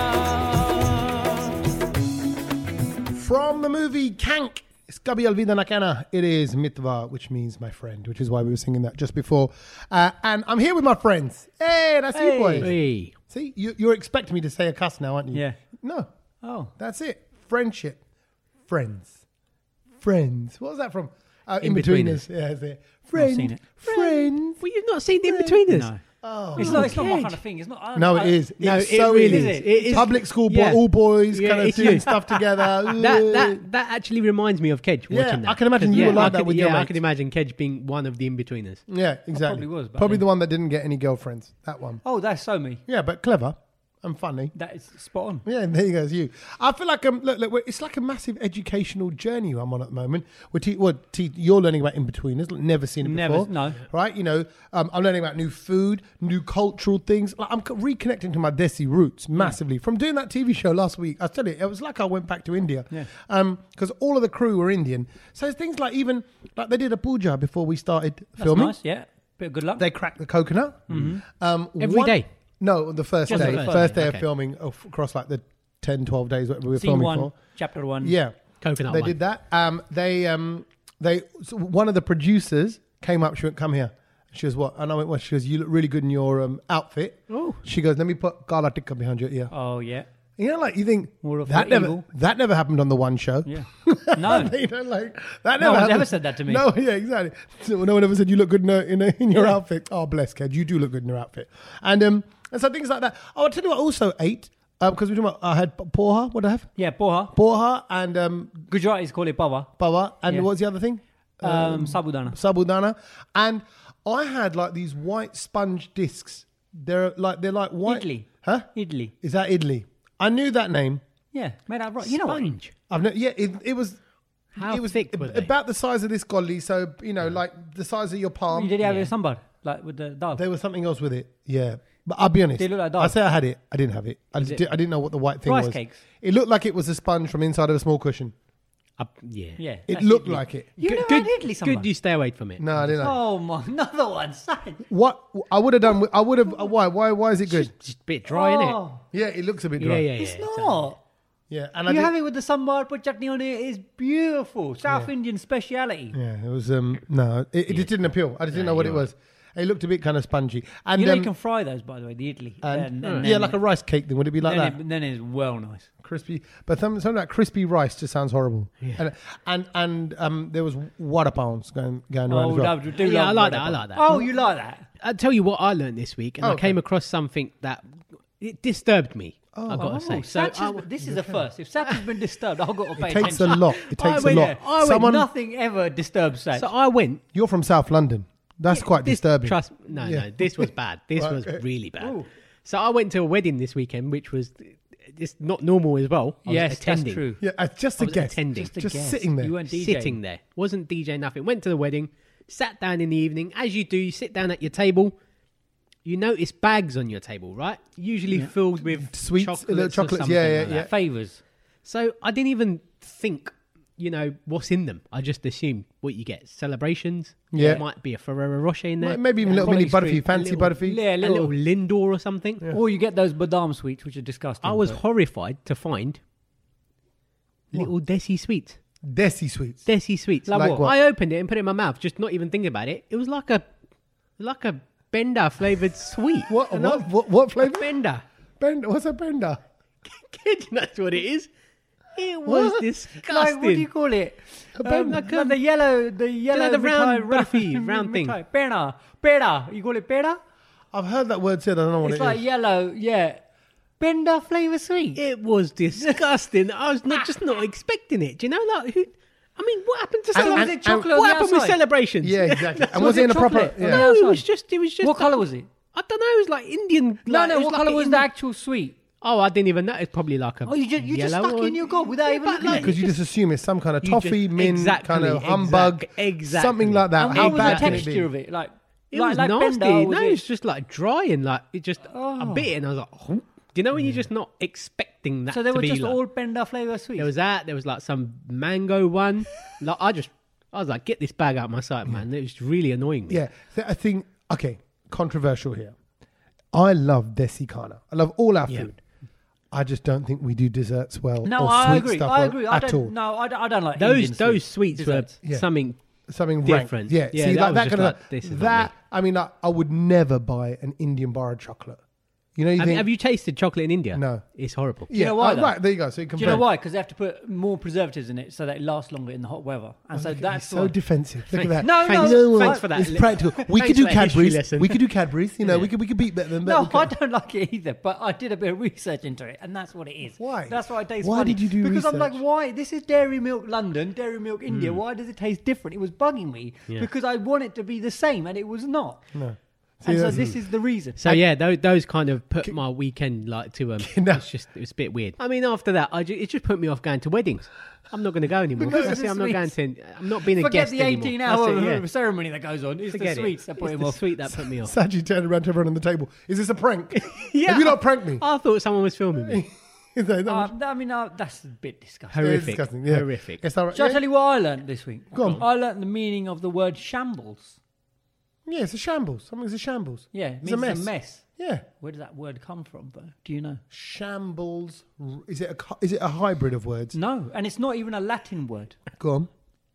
From the movie Kank, it's Gabi Alvida Nakana. It is Mitva, which means my friend, which is why we were singing that just before. Uh, and I'm here with my friends. Hey, that's you boys.
Hey.
See, you, you're expecting me to say a cuss now, aren't you?
Yeah.
No,
Oh.
that's it. Friendship. Friends. Friends. What was that from? Uh, In,
In
between,
Between
us. Yeah, that's it. Friend.
seen it.
Friends.
Well, you've not seen the in betweeners.
No. it's not. It's not my
Okay.
kind of thing. It's not. I don't
No,
know.
it is.
Uh, No,
it's
it
so
really
easy.
is. It is-
Public school, boy,
yeah.
all boys,
Yeah,
kind of
it's
doing
you.
stuff together.
<laughs> That, that that actually reminds me of Kedge
Yeah,
watching that.
I can imagine
'Cause,
you were like
I
that
could-
with
yeah,
your
I
mates.
can imagine Kedge being one of the in-betweeners.
yeah, exactly.
probably was back
probably
then.
the one that didn't get any girlfriends. That one.
Oh, that's so me.
Yeah, but clever and funny.
That is spot on.
Yeah, and there you go. it's you. I feel like um, look, look, we're- it's like a massive educational journey I'm on at the moment. We're te- well, te- you're learning about in betweeners. Never seen it
Never,
before.
no.
right? You know, um, I'm learning about new food, new cultural things. Like I'm co- reconnecting to my Desi roots massively from doing that TV show last week. I tell you, it was like I went back to India.
Yeah.
because all of the crew were Indian. So it's things like even like they did a puja before we started filming.
That's nice. Yeah. Bit of good luck.
They cracked the coconut. Every day. Um,
Every day?
No, the first
Just
day.
the
first,
first
day
day,
of
okay.
filming of- across like the 10, 12 days whatever we were
Scene
filming
one,
for.
chapter one.
Yeah,
Coconut
They
one.
did that. Um, they um, they so one of the producers came up. She went, "Come here." She was what? And I went, "What?" She goes, "You look really good in your um, outfit."
Oh.
She goes, "Let me put Gala Tikka behind your ear."
Oh yeah.
You know, like you think
More of
that
the
never
evil.
that never happened on the one show.
Yeah. <laughs> No.
<laughs> you know, like that never
No one's
happened.
ever said that to me.
No, <laughs> yeah, exactly. So no one ever said you look good in, a, in, a, in your outfit. Oh, bless, kid, you do look good in your outfit. And um, and so things like that. Oh, I'll tell you what. I Also, ate because we were talking about I had porha. What did I have?
yeah. Poha.
Porha and um,
Gujaratis call it bawa.
bawa and
Yeah.
what was the other thing?
Um, sabudana.
Sabudana. And I had like these white sponge discs. They're like they're like white.
Idli.
Huh?
Idli.
Is that idli? I knew that name.
Yeah. Made out of rice. You know what?
Sponge.
I've no, yeah, it, it was.
How
it was
thick were they?
about the size of this golly, so you know, like the size of your palm.
You did it out of sambar, like with the dal.
There was something else with it, yeah. But I'll be honest.
They look like
I
dogs.
say I had it. I didn't have it. I just
it-
did, I didn't know what the white thing
Rice
was.
cakes.
It looked like it was a sponge from inside of a small cushion.
Up- yeah.
yeah.
It
that's
looked
idli.
like it.
You know
good,
I did sambar.
good you stay away from it.
No, I didn't. Know.
Oh my! <laughs> Another one. Son.
What I would have done? with- I would have. uh, Why? Why? Why is it good?
It's just a bit dry, innit?
Oh,
Yeah, it looks a bit
Yeah,
dry.
yeah, yeah.
It's
exactly.
not.
Yeah, and I
you
did-
have it with the sambar, put chutney on it. It's beautiful. South Indian speciality.
Yeah, it was. Um, no, it, it just didn't appeal. I just didn't know what it
you're right.
was. It looked a bit kind of spongy. And
You know
um,
you can fry those, by the way, the idli.
and,
then-
yeah, like a rice cake thing. Would it be like
then,
that?
it, then it's well nice.
crispy, but some, something like crispy rice just sounds horrible. And and and um, there was water pounds going going around.
Oh,
as well.
that would do
Yeah,
love
I like
that
that. I like that.
Oh, you like that?
I'll tell you what I learned this week, and
Oh,
I came
okay.
across something that it disturbed me. I've got to say.
Oh, Satch has- this is a first. If Satch has been disturbed, I've got to pay
It takes a
attention.
lot. It
I
takes a
went-
lot.
I went
Someone,
Nothing ever disturbs Satch.
so I went.
you're from South London. That's quite
this-
disturbing.
Trust no,
Yeah.
no, this was bad. This
Right.
was really bad. So I went to a wedding this weekend, which was it's not normal as well. I was
yes,
attending.
that's true.
yeah, uh, just
I
a
was
guess.
attending.
Just,
Just
a guess.
sitting there.
You went DJ.
Sitting there, wasn't DJ nothing. Went to the wedding, sat down in the evening. As you do, you sit down at your table. You notice bags on your table, right? Usually filled with
Sweets,
chocolates,
little
or
chocolates,
something
yeah, yeah,
like that.
yeah.
Favors.
So I didn't even think, you know, what's in them. I just assumed what you get: celebrations.
Yeah.
there might be a Ferrero Rocher in there.
Maybe even a little mini
College
butterfee,
Street,
fancy
little-
butterfee.
Yeah,
a little
little.
Lindor or something.
Or you get those badam sweets, which are disgusting.
I was
but-
horrified to find little desi sweets.
Desi sweets.
Desi sweets.
Like what? what?
I opened it and put it in my mouth, just not even thinking about it. It was like a, like a Bender flavored sweet.
<laughs> What,
And I-
what, what, what
<laughs>
flavor?
Bender.
Bend, what's a bender?
Kid, that's what it is. It was
What?
disgusting.
Like, what do you call it? Um,
bender.
like, um, the yellow, the yellow,
the round
mitai- <laughs>
butterfee, round thing.
mitai. Pera, pera. You call it pera?
I've heard that word said. I don't know what
It's
it
like
is.
yellow, yeah. Bender flavour sweet.
It was disgusting. I was not just not expecting it. Do you know, like who? I mean, what happened to
And-
celebra-
and- and-
chocolate on
What
the
happened with
outside?
celebrations? <laughs>
Yeah, exactly. and
Was
was it
it
in a proper?
chocolate?
Yeah.
No, it was
outside.
just. It was just.
what colour was it?
I don't know. It was like Indian.
No,
like, it
no. What
like
colour
an
was the
Indian-
actual sweet?
Oh, I didn't even know. It's probably like a.
Oh, you just you just
yellow
stuck
or-
it in your gob without
Yeah,
even
but
looking
like,
at it.
Because you just assume it's some kind of
You
toffee,
just-
mint, kind
exactly,
of humbug,
exact- exactly.
something like that.
And
How
what was
bad
the
can it be?
texture of it? Like,
It
like,
was
like
nasty.
Bender, or was
no,
it?
it's just like dry and like it just. I bit it and I was like, "Oh." do you know when you're just not expecting that?
so they
to
were
be
just
like-
all Bender flavour sweets.
There was that. There was like some mango one. like I just, I was like, get this bag out of my sight, man. It was really annoying me.
Yeah, th- I think okay, controversial here. I love Desicana. I love all our
Yeah.
food. I just don't think we do desserts well.
no,
or
I
sweet
agree.
Stuff
I
well
agree. I
At
don't.
all.
No, I, don't- I don't like
Those
Indian
those sweets were
Desserts.
Yeah.
something.
Something
Different.
Rank. Yeah,
Yeah,
see,
that
like
was
that
just
kind of
like, this is not
that.
me.
I mean, like, I would never buy an Indian bar of chocolate. You know, you
Have,
think,
have you tasted chocolate in India?
No.
It's horrible.
yeah,
know why,
oh,
though?
right, there you go. So you can
Do you know why? Because they have to put more preservatives in it so that it lasts longer in the hot weather. And so that's
so
why-
defensive. Look at that.
No,
Thanks-
no,
well,
thanks for that.
It's
<laughs>
practical. We
Thanks
could
for
do
that history
Cadbury's.
lesson.
We could do Cadbury's. You know, we could we could beat better than.
No,
better.
I don't like it either. But I did a bit of research into it, and that's what it is.
Why?
That's why it tastes.
Why
funny.
did you do
Because I'm like,
research?
why? This is Dairy Milk London, Dairy Milk India. Why does it taste different? It was bugging me
Yeah.
because I want it to be the same, and it was not. No.
See,
and so
that's-
this is the reason.
So yeah, those, those kind of put my weekend like to <laughs> um.
No.
It's just it was a bit weird. I mean, after that, I ju- it just put me off going to weddings. I'm not going to go anymore.
Because of
That's
the
it, I'm not going
sweets.
to. I'm not being a
Forget
guest
the 18
anymore.
hour
That's it, yeah.
ceremony that goes on. It's
Forget
the
it.
sweets that put
It's
him
the
off.
sweet that put
<laughs>
me off.
Saji turned around to everyone on the table. Is this a prank? <laughs>
Yeah,
Have you
I-
not pranked me?
I thought someone was
<laughs>
filming me.
Is that- that was-
Uh, I mean, uh, that's a bit disgusting.
yeah, it's
Horrific.
disgusting, yeah.
Horrific.
It's all right.
Shall I
Yeah,
tell you what I learned this week?
Go on.
I learned the meaning of the word shambles.
yeah, it's a shambles. Something's a shambles.
Yeah, it
it's
means
a mess. Yeah,
Where did that word come from, though? Do you know?
shambles. Is it a co- is it a hybrid of words?
No, and it's not even a Latin word.
Go on.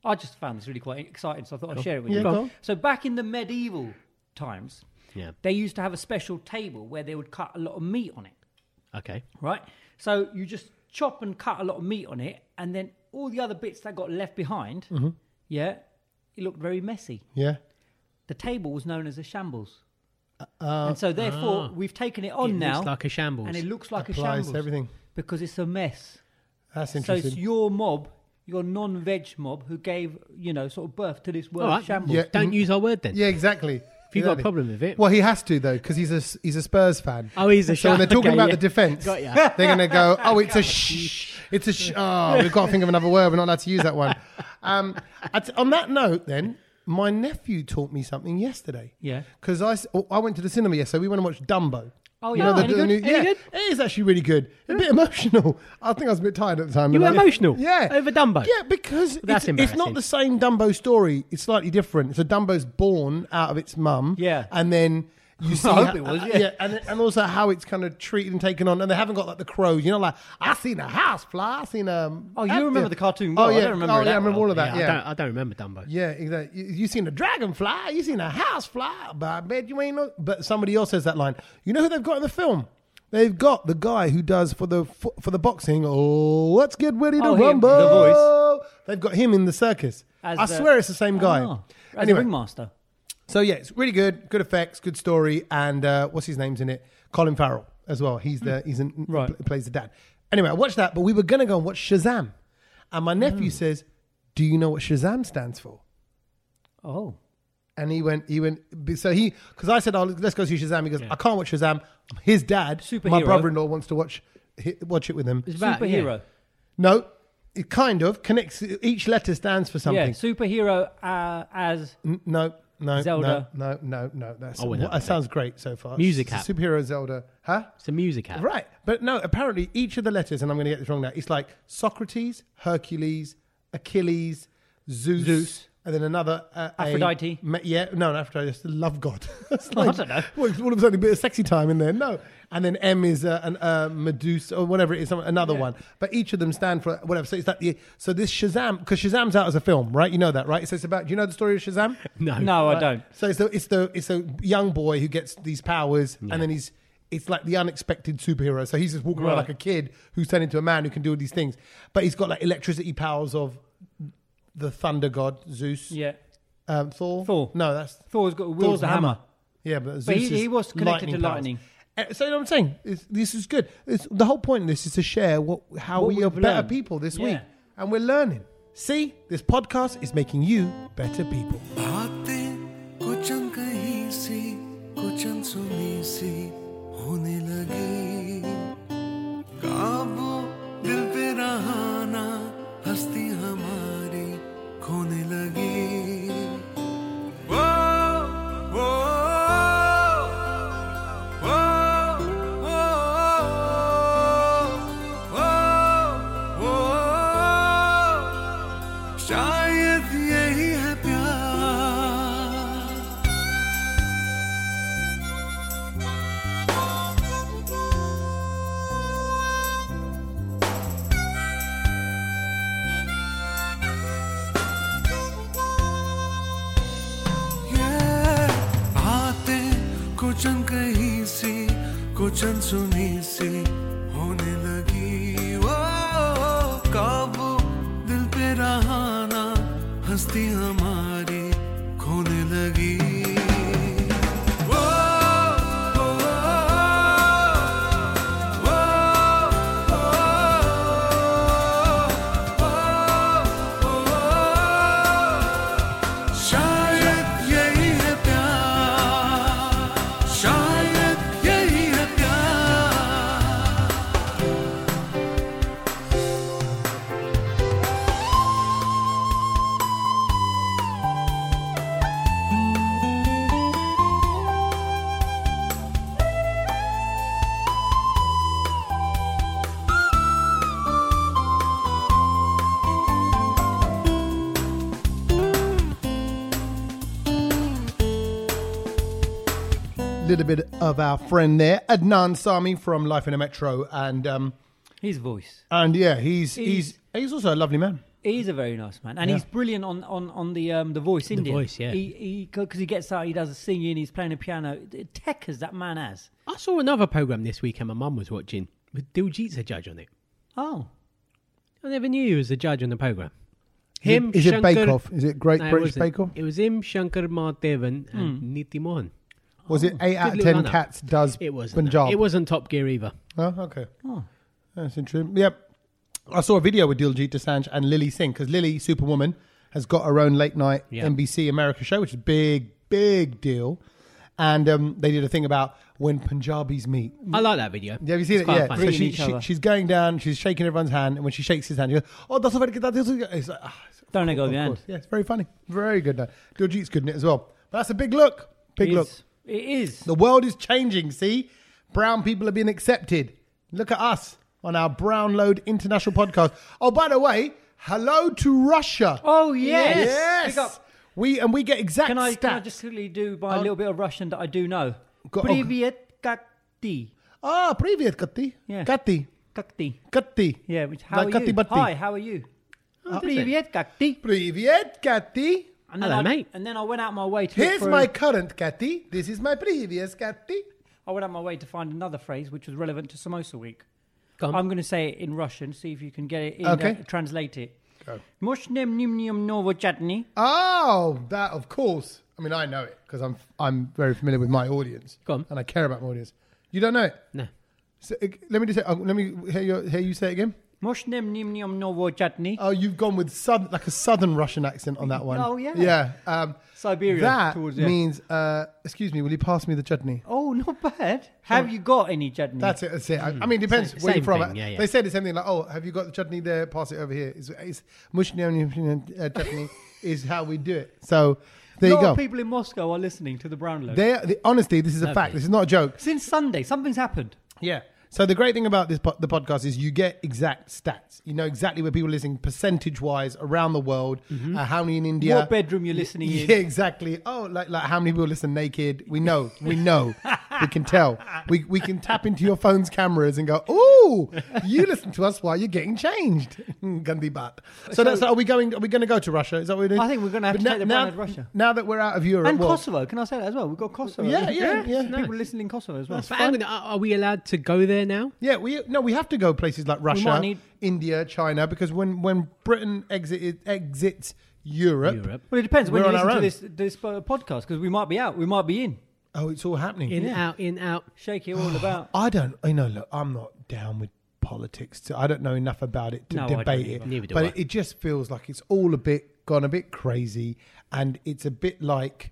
I just found this really quite exciting, so I thought I'd share it with
Yeah,
you.
go on.
So back in the medieval times,
Yeah.
they used to have a special table where they would cut a lot of meat on it,
Okay.
right? So you just chop and cut a lot of meat on it, and then all the other bits that got left behind, yeah, it looked very messy.
Yeah.
The table was known as a shambles. and so therefore, we've taken it on
It
now.
looks like a shambles.
and it looks like a
Applies to
shambles.
everything.
Because it's a mess.
That's
So it's
interesting.
your mob, your non-veg mob, who gave you know sort of birth to this word
All right.
shambles.
Yeah.
Don't use our word then.
yeah, exactly. If
you've got a problem with it.
well, he has to though because he's a s- he's a Spurs fan.
Oh, he's a
So when they're
sha-
talking
okay,
about
yeah.
the defense,
Got ya.
they're going to
<laughs>
go, "Oh, it's a shh, it's a sh- oh, we've got to think of another word. We're not allowed to use that one." Um, at- on that note, then my nephew taught me something yesterday.
Yeah.
because I, s- oh, I went to the cinema yesterday. We went and watched Dumbo.
Oh,
You
yeah.
know, the,
Any
the
good?
new-
Any
yeah,
good?
it is actually really good. A bit emotional. I think I was a bit tired at the time.
You were
And I-
emotional?
yeah,
Over Dumbo?
Yeah, because
That's
it's, it's not
embarrassing.
the same Dumbo story. It's slightly different. So Dumbo's born out of its mum.
Yeah.
and then
<laughs>
you see.
hope
ho-
it was,
uh,
yeah.
and and also how it's kind of treated and taken on. And they haven't got like the crows. You know, like I seen a house fly. I seen a.
Oh, you remember the cartoon
Oh
well. I
yeah,
don't remember
oh,
it
yeah,
that
I remember
well.
all of that.
I,
Yeah.
don't, I don't remember Dumbo.
Yeah, exactly. You, you seen a dragonfly, you seen a housefly, but I bet you ain't no. But somebody else says that line. You know who they've got in the film? They've got the guy who does for the for, for the boxing. Oh, let's get ready to
Oh, him,
rumble.
the
voice. They've got him in the circus.
As
I
the-
swear it's the same guy.
Ah, as a
anyway,
ringmaster.
so yeah, it's really good, good effects, good story, and uh, what's his name's in it? Colin Farrell as well. He's the he's in,
Mm. Right.
pl- plays the dad. Anyway, I watched that, but we were gonna go and watch Shazam, and my nephew
Mm.
says, "Do you know what Shazam stands for?"
Oh,
And he went, he went, so he, because I said, oh, let's go see Shazam. He goes, I can't watch Shazam. His dad, my
Superhero.
brother in law, wants to watch hi- watch it with him.
It's about- yeah.
superhero.
No, it kind of connects, each letter stands for
Yeah,
something.
superhero uh, as
N- no, no,
Zelda.
no, no, no, no. That's,
I wouldn't
what,
have
that sounds great so far.
Music
S-
app.
Superhero Zelda, huh?
It's a music app.
Right. But no, apparently each of the letters, and I'm going to get this wrong now, it's like Socrates, Hercules, Achilles, Zeus,
Zeus.
and then another. Uh, a-
Aphrodite.
me- yeah, no, not Aphrodite, it's the love god. <laughs> It's
I don't know.
Well, it's all of a sudden a bit of sexy time in there. No. And then M is uh, an, uh, Medusa or whatever it is, some- another one. But each of them stand for whatever. So it's like the, so this Shazam, because Shazam's out as a film, right? You know that, right? So it's about, do you know the story of Shazam?
<laughs>
No.
no, Oh, I don't.
So it's the it's the it's a young boy who gets these powers, and then he's it's like the unexpected superhero. So he's just walking around like
Right.
a kid who's turned into a man who can do all these things. But he's got like electricity powers of the thunder god Zeus.
Yeah,
Um, Thor.
Thor.
No, that's
Thor's got a
Thor's
wheels
the
a hammer.
hammer. yeah, but, Zeus
he-
is
he was connected to
powers.
lightning.
Uh, So you know what I'm saying? It's, this is good. It's, the whole point of this is to share what how
What
we
we've
are better
learned.
people this
Yeah.
week, and we're learning. See, this podcast is making you better people.
बातें कुछ कहीं सी कुछ सुनी सी होने लगी काबू दिल पे रहाना हस्ती हमारी खोने लगी वो वो वो वो वो वो शायद यही है प्यार कुछ अनसुनी सी होने लगी ओ काबू दिल पे रहाना हस्ती हमारी खोने लगी ओ, ओ, ओ, ओ, ओ, ओ, शायद यही है प्यार शायद यही है प्यार
little bit of our friend there, Adnan Sami from Life in a Metro, and um,
His voice.
and yeah, he's he's
He's-
he's also a lovely man.
He's a very nice man, and
Yeah.
he's brilliant on on on the um the voice. Indian.
voice, yeah.
He because he, gets out, he does a singing, he's playing the piano. The Tech as that man has.
I saw another program this weekend. My mum was watching with Diljit's a judge on it.
Oh,
I never knew he was a judge on the program. Him,
is it
Shankar-
Bake Off? Is it Great
No, it
British
wasn't.
Bake Off?
It was him, Shankar Mahadevan, and Nitiman.
Was it eight out of
little
ten
lineup.
cats does
It wasn't.
Punjab?
It wasn't Top Gear either.
Oh, okay. That's interesting. Yep. I saw a video with Diljit Dosanjh and Lily Singh because Lily Superwoman has got her own late night
Yeah.
NBC America show, which is a big, big deal. And um, they did a thing about when Punjabis meet.
I like that video.
Yeah, have you seen
It's
it?
quite
Yeah.
funny.
So
Greeting
she,
each
she,
other.
she's going down, she's shaking everyone's hand, and when she shakes his hand, she goes, Oh, that's what I get that. that's what I get." It's like, ah, it's-
Don't let go
of
of your hand.
course. Yeah, it's very funny. Very good. though. Diljit's good in it as well. But that's a big look. Big
it
look.
is. It is.
The world is changing, see? Brown people are being accepted. Look at us on our Brown Load International podcast. Oh, by the way, hello to Russia.
Oh yes.
yes.
Pick up.
We and we get exact
Can I,
stats.
can I just quickly do by
Oh.
a little bit of Russian that I do know?
Go- oh.
Привет, как ты?
Ah, привет, Kati.
Yeah.
Kati.
Как ты?
Kati.
Yeah, which, how
like
are
Kati
you?
Bhatti.
Hi, how are you?
does it?
Привет, как ты?
Привет, Kati.
And then
Hello,
I,
mate.
And then I went out my way to. look
Here's
for-
my current Kati. This is my previous Kati.
I went out my way to find another phrase which was relevant to Samosa Week.
Go on.
I'm going to say it in Russian. See if you can get it. In,
Um, Okay.
uh, translate it. Moshnem nimnium novo chutney.
Oh, that of course. I mean, I know it because I'm I'm very familiar with my audience.
Go on.
And I care about my audience. You don't know it?
No.
So, uh, let me just say, uh, let me hear, your, hear you say it again.
Moshnem nimnium novo chutney.
Oh, you've gone with southern, like a southern Russian accent on that one.
Oh, yeah.
yeah. Um,
Siberia
That
towards the end.
means, uh, excuse me, will you pass me the chutney?
Oh, not bad. Have you got any chutney?
That's it. That's it. I, I mean, it depends
Hmm. Same-
where you're
same
from.
thing, yeah, yeah.
They said the same thing. Like, oh, have you got the chutney there? Pass it over here. It's, it's mushniam uh,
<laughs>
chutney is how we do it. So there
a
you
lot
go.
of people in Moscow are listening to the Brown Load.
They, the, honestly, this is a fact. This is not a joke.
Since Sunday, something's happened.
Yeah. So the great thing about this po- the podcast is you get exact stats. You know exactly where people are listening percentage wise around the world, uh, how many in India,
Mm-hmm. What bedroom you're listening
<laughs> yeah,
in.
exactly. Oh, like like how many people listen naked? We know, we know, we can tell. We we can tap into your phone's cameras and go, oh, you listen to us while you're getting changed, <laughs> Gandhi Bat. So, that's are we going? Are we going to go to Russia? Is that what we're doing?
I think we're gonna have
But
to
now-
take the
now,
brand of Russia.
now that we're out of Europe
And
well,
Kosovo. Can I say that as well? We've got Kosovo.
Yeah, yeah, yeah.
People
Nice.
listening in Kosovo as well.
But hang on, are are we allowed to go there now?
Yeah, we no, we have to go places like Russia,
might need-
India, China, because when when Britain exited exits Europe,
Europe.
Well, it depends when
We're
you
on our
listen to
own.
this this uh, podcast because we might be out, we might be in.
oh, it's all happening.
In, out, in, out.
Shake it
<sighs>
all about.
I don't, you know, look, I'm not down with politics. So I don't know enough about it to
No, I don't
debate it.
either.
Neither do
but
I.
it, it just feels like it's all a bit gone a bit crazy, and it's a bit like.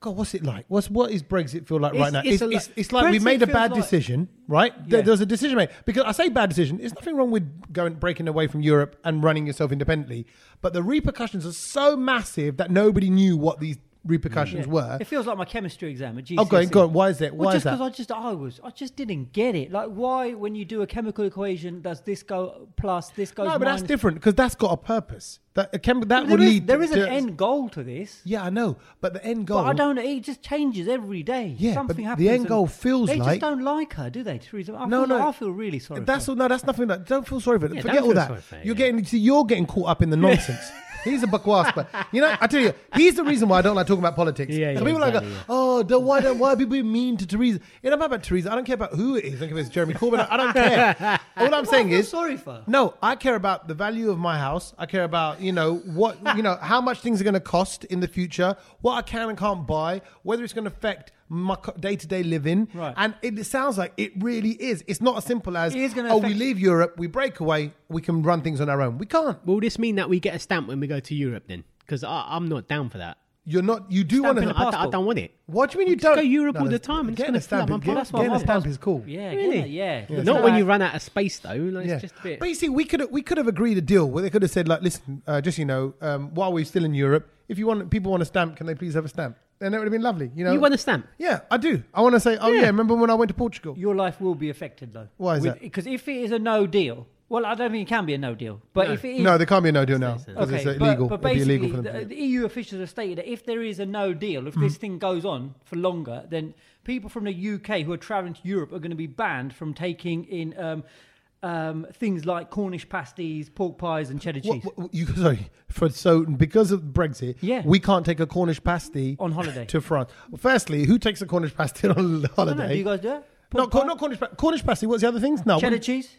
God, what's it like? What's what is Brexit feel like right
It's-
now?
it's
It's,
a
it's,
lot-
it's like we
Brexit
made a
feels
bad
like-
decision, right? There,
Yeah.
there was a decision made because I say bad decision. There's nothing wrong with going breaking away from Europe and running yourself independently, but the repercussions are so massive that nobody knew what these repercussions were.
It feels like my chemistry exam at GCSE.
Oh, go on, go on. Why is that? Why
well,
is
just
that?
because I just I was I just didn't get it. Like, why when you do a chemical equation does this go plus this goes?
No, but that's
minus-
different because that's got a purpose. That it can, that
There
would
is-
lead.
there is
to,
an end goal to this,
Yeah, I know, but the end goal.
but I don't. It just changes every day.
Yeah, but
something
the
happens.
end
and
goal feels
they
like-
just don't like her, do they, Theresa? I
No,
feel,
no.
I feel really sorry.
That's
for
all, no, that's nothing. Like, don't feel sorry for it.
Yeah,
Forget
don't
all
feel
that.
sorry for it,
you're
yeah.
<laughs>
getting see, you're getting caught up in the nonsense. He's a bakwas, but you know, I tell you, he's the reason why I don't like talking about politics.
Yeah, yeah,
So people
exactly,
are
yeah.
like, oh, don't, why don't why are people being mean to Theresa? It don't matter about Theresa. I don't care about who it is. I don't care if it's Jeremy Corbyn. I don't
<laughs>
care. All I'm saying
I feel
is,
sorry for.
No, I care about the value of my house. I care about you know
<laughs>
what you know how much things are going to cost in the future, what I can and can't buy, whether it's going to affect my day to day living.
Right.
And it, it sounds like it really is. It's not as simple as
It is gonna
oh,
affect-
we leave Europe, we break away, we can run things on our own. We can't.
Will this mean that we get a stamp when we go to Europe then? Because I'm not down for that.
You're not. You do want
Stamping
to.
the
I, I
passport.
don't want it.
What do you mean you
Just
don't
go Europe all the
that's-
time and it's
getting
gonna
a stamp.
fill up my
getting-
passport.
That's why
Getting
my
a stamp is
passport-
cool.
Yeah,
Really?
really? Yeah.
Not when you run out of space though. Like, It's just a bit.
But you see, we could we could have agreed a deal where they could have said like, listen, uh, just so you know, um, while we're still in Europe, if you want people want a stamp, can they please have a stamp? And that would have been lovely. You know,
You want a stamp?
Yeah, I do. I want to say, oh yeah.
Yeah.
remember when I went to Portugal?
Your life will be affected though.
Why is that?
Because if it is a no deal, well, I don't think it can be a no deal. But if it is,
no, there can't be a no deal now because
okay,
it's uh,
but-
illegal.
But,
It'd be
basically,
illegal for them. to
the,
do it. Hmm.
the EU officials have stated that if there is a no deal, if this thing goes on for longer, then people from the UK who are travelling to Europe are going to be banned from taking in. Um, um, things like Cornish pasties, pork pies, and cheddar
What-
cheese
what- what- you, <laughs> sorry, for so because of Brexit,
Yeah.
we can't take a Cornish pasty
on holiday.
<laughs> to France. Well, firstly, who takes a Cornish pasty on <laughs>
I don't know,
holiday?
do you guys do that?
not,
Pork
Cor-
pie?
not Cornish, pa- Cornish pasty. What's the other things? No, I
cheddar
wouldn't-
cheese.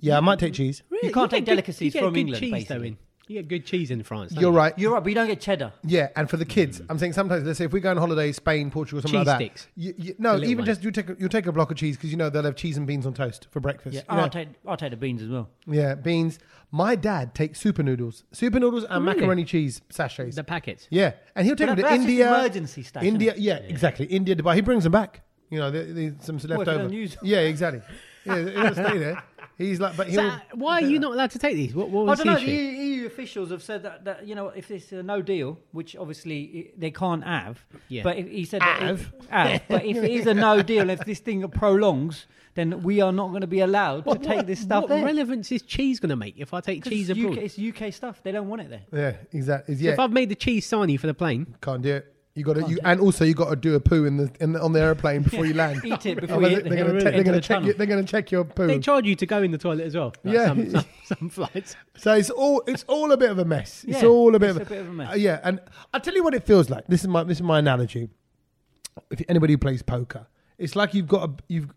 yeah, I might take cheese.
You can't take
get good-
delicacies
you get
from
good
England,
Cheese, though,
basically.
in. You get good cheese in France. don't
You're
you?
right.
You're right, but you don't get cheddar.
Yeah, and for the kids, I'm saying sometimes let's say if we go on holiday, Spain, Portugal, something
Cheese
like that.
sticks.
You, you, no,
little
even
one.
just you take a, you take a block of cheese because you know they'll have cheese and beans on toast for breakfast.
Yeah, Oh,
You know,
I'll take I'll take the beans as well.
yeah, beans. My dad takes super noodles, super noodles and
Really?
macaroni cheese sachets.
The packets.
yeah, and he'll take them
But
to
that's just
India.
emergency stuff, isn't
India,
it?
yeah, exactly. India, Dubai. He brings them back. You know, there- there's some left
they
over.
don't use them.
Yeah, exactly. Yeah, he'll stay there. He's like, but he'll.
<laughs> So, uh, why are you not allowed to take these? What, what
I
was
don't
the
know. The E
issue?
EU officials have said that, that you know if this is a no deal, which obviously i- they can't have.
Yeah.
But if, he said that if- have, but if it is a no deal, if this thing prolongs, then we are not going to be allowed to take this stuff
What
there.
relevance is cheese going to make if I take
'Cause
cheese
it's
abroad?
UK, it's UK stuff. They don't want it there.
yeah, exactly.
So
Yeah,
If I've made the cheese sarnie for the plane,
Can't do it. You got to, you, and also you got to do a poo in the, in the on the aeroplane before you land.
Eat it before
Otherwise
you hit
Oh, they- <laughs>
the-
they're going to
into
check. They're going to
the
check.
tunnel.
Your, they're going to check your poo.
they charge you to go in the toilet as well. Like
Yeah. <laughs>
Some, some, some flights.
so it's all it's all a bit of a mess. It's
Yeah,
all a bit,
it's
of,
a bit of a mess.
Uh, yeah, and I tell you what it feels like. This is my this is my analogy. If anybody who plays poker, it's like you've got a you've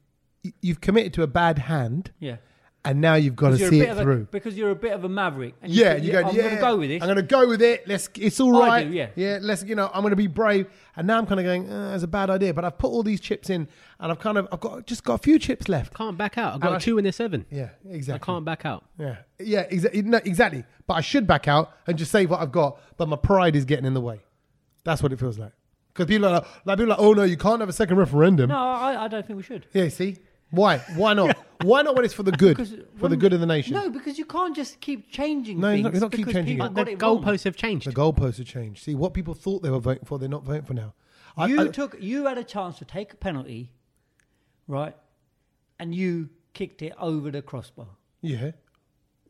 you've committed to a bad hand,
Yeah.
and now you've got to
You're a
see
bit
it
of a-
through.
because you're a bit of a maverick. And
Yeah,
think,
you go.
I'm
yeah,
going to go with this.
I'm going to go with it. Let's. It's all
I
right.
do, yeah.
yeah. Let's. You know, I'm going to be brave. And now I'm kind of going. Uh, that's a bad idea. But I've put all these chips in, and I've kind of. I've got just got a few chips left.
Can't back out. I've
And
got
I-
a two and a seven.
Yeah,
I
exactly.
can't back out.
Yeah, yeah, exa- no, exactly. But I should back out and just save what I've got. But my pride is getting in the way. That's what it feels like. Because people are like, like, people are like, oh no, you can't have a second referendum.
no, I, I don't think we should.
Yeah, see, why? Why not? Why not when it's for the good,
<laughs> 'Cause
for the
when-
good of the nation?
No, because you can't just keep changing
No, you're
things.
not- you're not keep
because
changing
people
it.
The
got it wrong.
goalposts have changed.
The goalposts have changed. See, what people thought they were voting for, they're not voting for now. I-
You
I-
took you had a chance to take a penalty, right? And you kicked it over the crossbar.
yeah.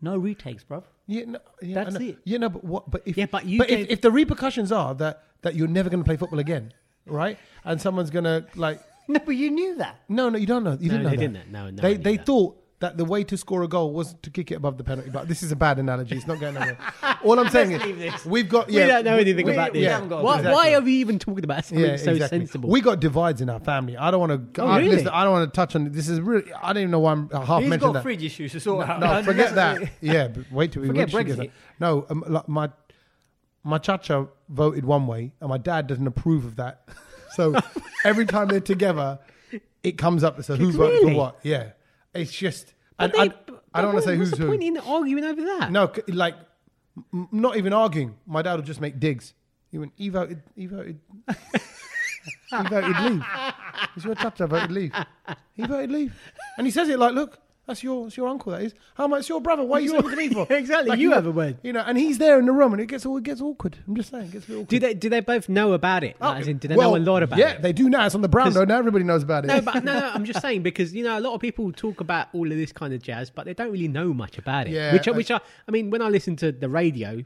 No retakes, bruv. <laughs>
Yeah, no, yeah,
That's
I know.
it.
Yeah, no, but what? But if
Yeah, but you
if,
gave-
if the repercussions are that that you're never going to play football again, right? And someone's going to like
No, but you knew that.
No, no, you don't know. You didn't know
they
that.
didn't. No, no,
they
I knew
they
that.
thought that the way to score a goal was to kick it above the penalty. But this is a bad analogy. It's not going
<laughs>
nowhere. All I'm saying
Let's
is
leave this.
we've got.
We
Yeah,
don't know anything
we-
about this.
yeah,
haven't got a
why,
clue.
why are we even talking about something so sensible?
We got divides in our family. I don't want to.
Oh,
I,
really?
listen, I don't want to touch on this. Is really. I don't even know why I'm I half
He's
mentioned
got
that.
fridge issues to sort <laughs>
<laughs>
out.
No,
man.
forget that. Yeah, but wait till we
Forget
reach together.
Brexit.
No, um, like my my chacha voted one way, and my dad doesn't approve of that. <laughs> So every time they're together, it comes up. So who voted
Really?
for what? Yeah, it's just.
But
and
they-
I,
but-
I don't want
but
to say
what's
who's
the
who.
point in arguing over that?
No, c- like m- not even arguing. My dad would just make digs. He went, he voted, he voted, <laughs> he voted leave. It's your chacha voted leave. He voted leave, and he says it like, look. That's your, that's your uncle. That is. How much? It's your brother. Why are you
Your-
saying to me for?
Yeah, <laughs> exactly. You have a word.
You know, and he's there in the room, and it gets all it gets awkward. I'm just saying, it gets a bit awkward.
Do they do they both know about it? Like, as in, do they know
Well,
a lot about
yeah,
it?
they do now. It's on the brown
'Cause-
though. Now everybody knows about it.
No, but no, no, I'm just saying because you know a lot of people talk about all of this kind of jazz, but they don't really know much about it.
Yeah,
which, I-
I-
which I, I mean, when I listen to the radio,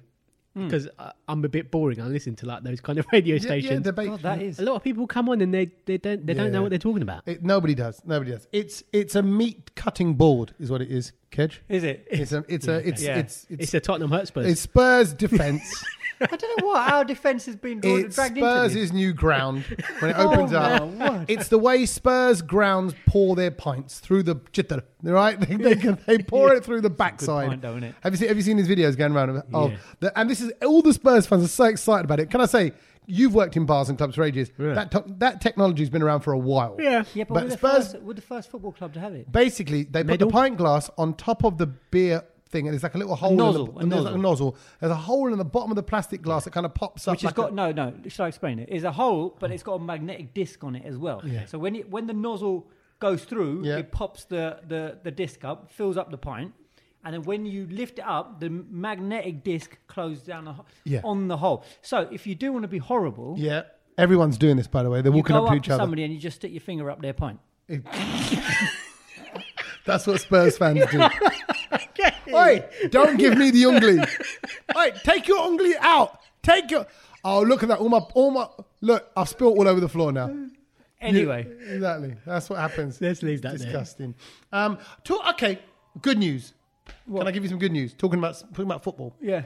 because I, I'm a bit boring. I listen to like those kind of <laughs> radio
Yeah, yeah,
stations.
debate.
God, that is.
a lot of people come on and they they don't they don't
Yeah.
know what they're talking about.
It, nobody does. Nobody does. It's it's a meat cutting board, is what it is. Kedge.
Is it?
It's a it's a it's
Yeah.
it's
It's
it's,
the Tottenham Hotspur.
it's Spurs
<laughs>
defense.
<laughs> I don't know what our defence has been drawn,
It's
dragged
Spurs
into. This.
is new ground when it
<laughs> Oh
opens
my
up. It's the way Spurs grounds pour their pints through the jitter, right? They, they, can, they pour it through the backside.
point, though, innit?
have you seen Have you seen these videos going around? Of, of
Yeah.
the, and this is all the Spurs fans are so excited about it. Can I say? You've worked in bars and clubs for ages. That to- that technology's been around for a while.
Yeah.
Yeah, but,
But
we're, the
Spurs-
first, we're the first football club to have it.
Basically, they put
Medal?
the pint glass on top of the beer thing, and it's like a little hole. in the,
nozzle, a
and there's like
nozzle.
nozzle. There's a hole in the bottom of the plastic glass that kind of pops up.
Which has
like
got
a-
no, no. Should I explain it? It's a hole, but it's got a magnetic disc on it as well. So when it, when the nozzle goes through,
Yeah.
it pops the, the the disc up, fills up the pint, and then when you lift it up, the magnetic disc closes down the ho-
Yeah.
on the hole. So if you do want to be horrible,
Yeah. Everyone's doing this, by the way. They're
you
walking
go
up
up
to
to
each other.
somebody and you just stick your finger up their pint.
That's what Spurs fans
<laughs>
do. Oi, don't give me the ungly. Oi, take your ungly out. Take your. Oh, look at that. All my, all my. Look, I've spilt all over the floor now.
Anyway,
Exactly. That's what
<laughs>
happens.
Let's leave that there.
Disgusting. Um, talk, okay, good news. Can I give you some good news? Talking about talking about football,
yeah.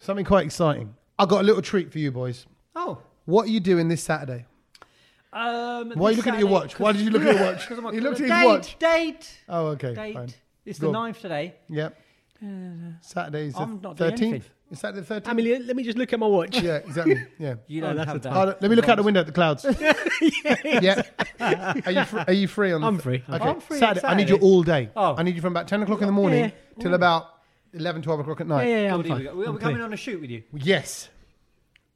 something quite exciting. I got a little treat for you boys.
Oh.
What are you doing this Saturday?
Um,
Why are you looking at your watch? Why did you look at
<laughs>
your watch? He looked at his watch.
Date.
Oh, okay,
Date.
fine.
It's
Go
the
on.
ninth today.
Yep. Saturday's
I'm
the
not doing
thirteenth.
anything.
Is that the
I
thirteenth?
mean, let- let me just look at my watch.
Yeah, exactly.
<laughs>
Yeah. <laughs>
You
Oh,
don't
that's
have
the
that.
Oh, let me look out the window at the
<laughs>
clouds. yeah. Are you fr- are you free on? the
I'm
th-
free. I'm
Okay.
free.
I'm free on
Saturday. I need you
Saturday.
all day.
Oh.
I need you from about ten o'clock in the morning till about 11, 12 o'clock at night.
Yeah, yeah, I'm
Good, here
fine.
we go. We're
I'm
coming
free.
on a shoot with you.
Yes.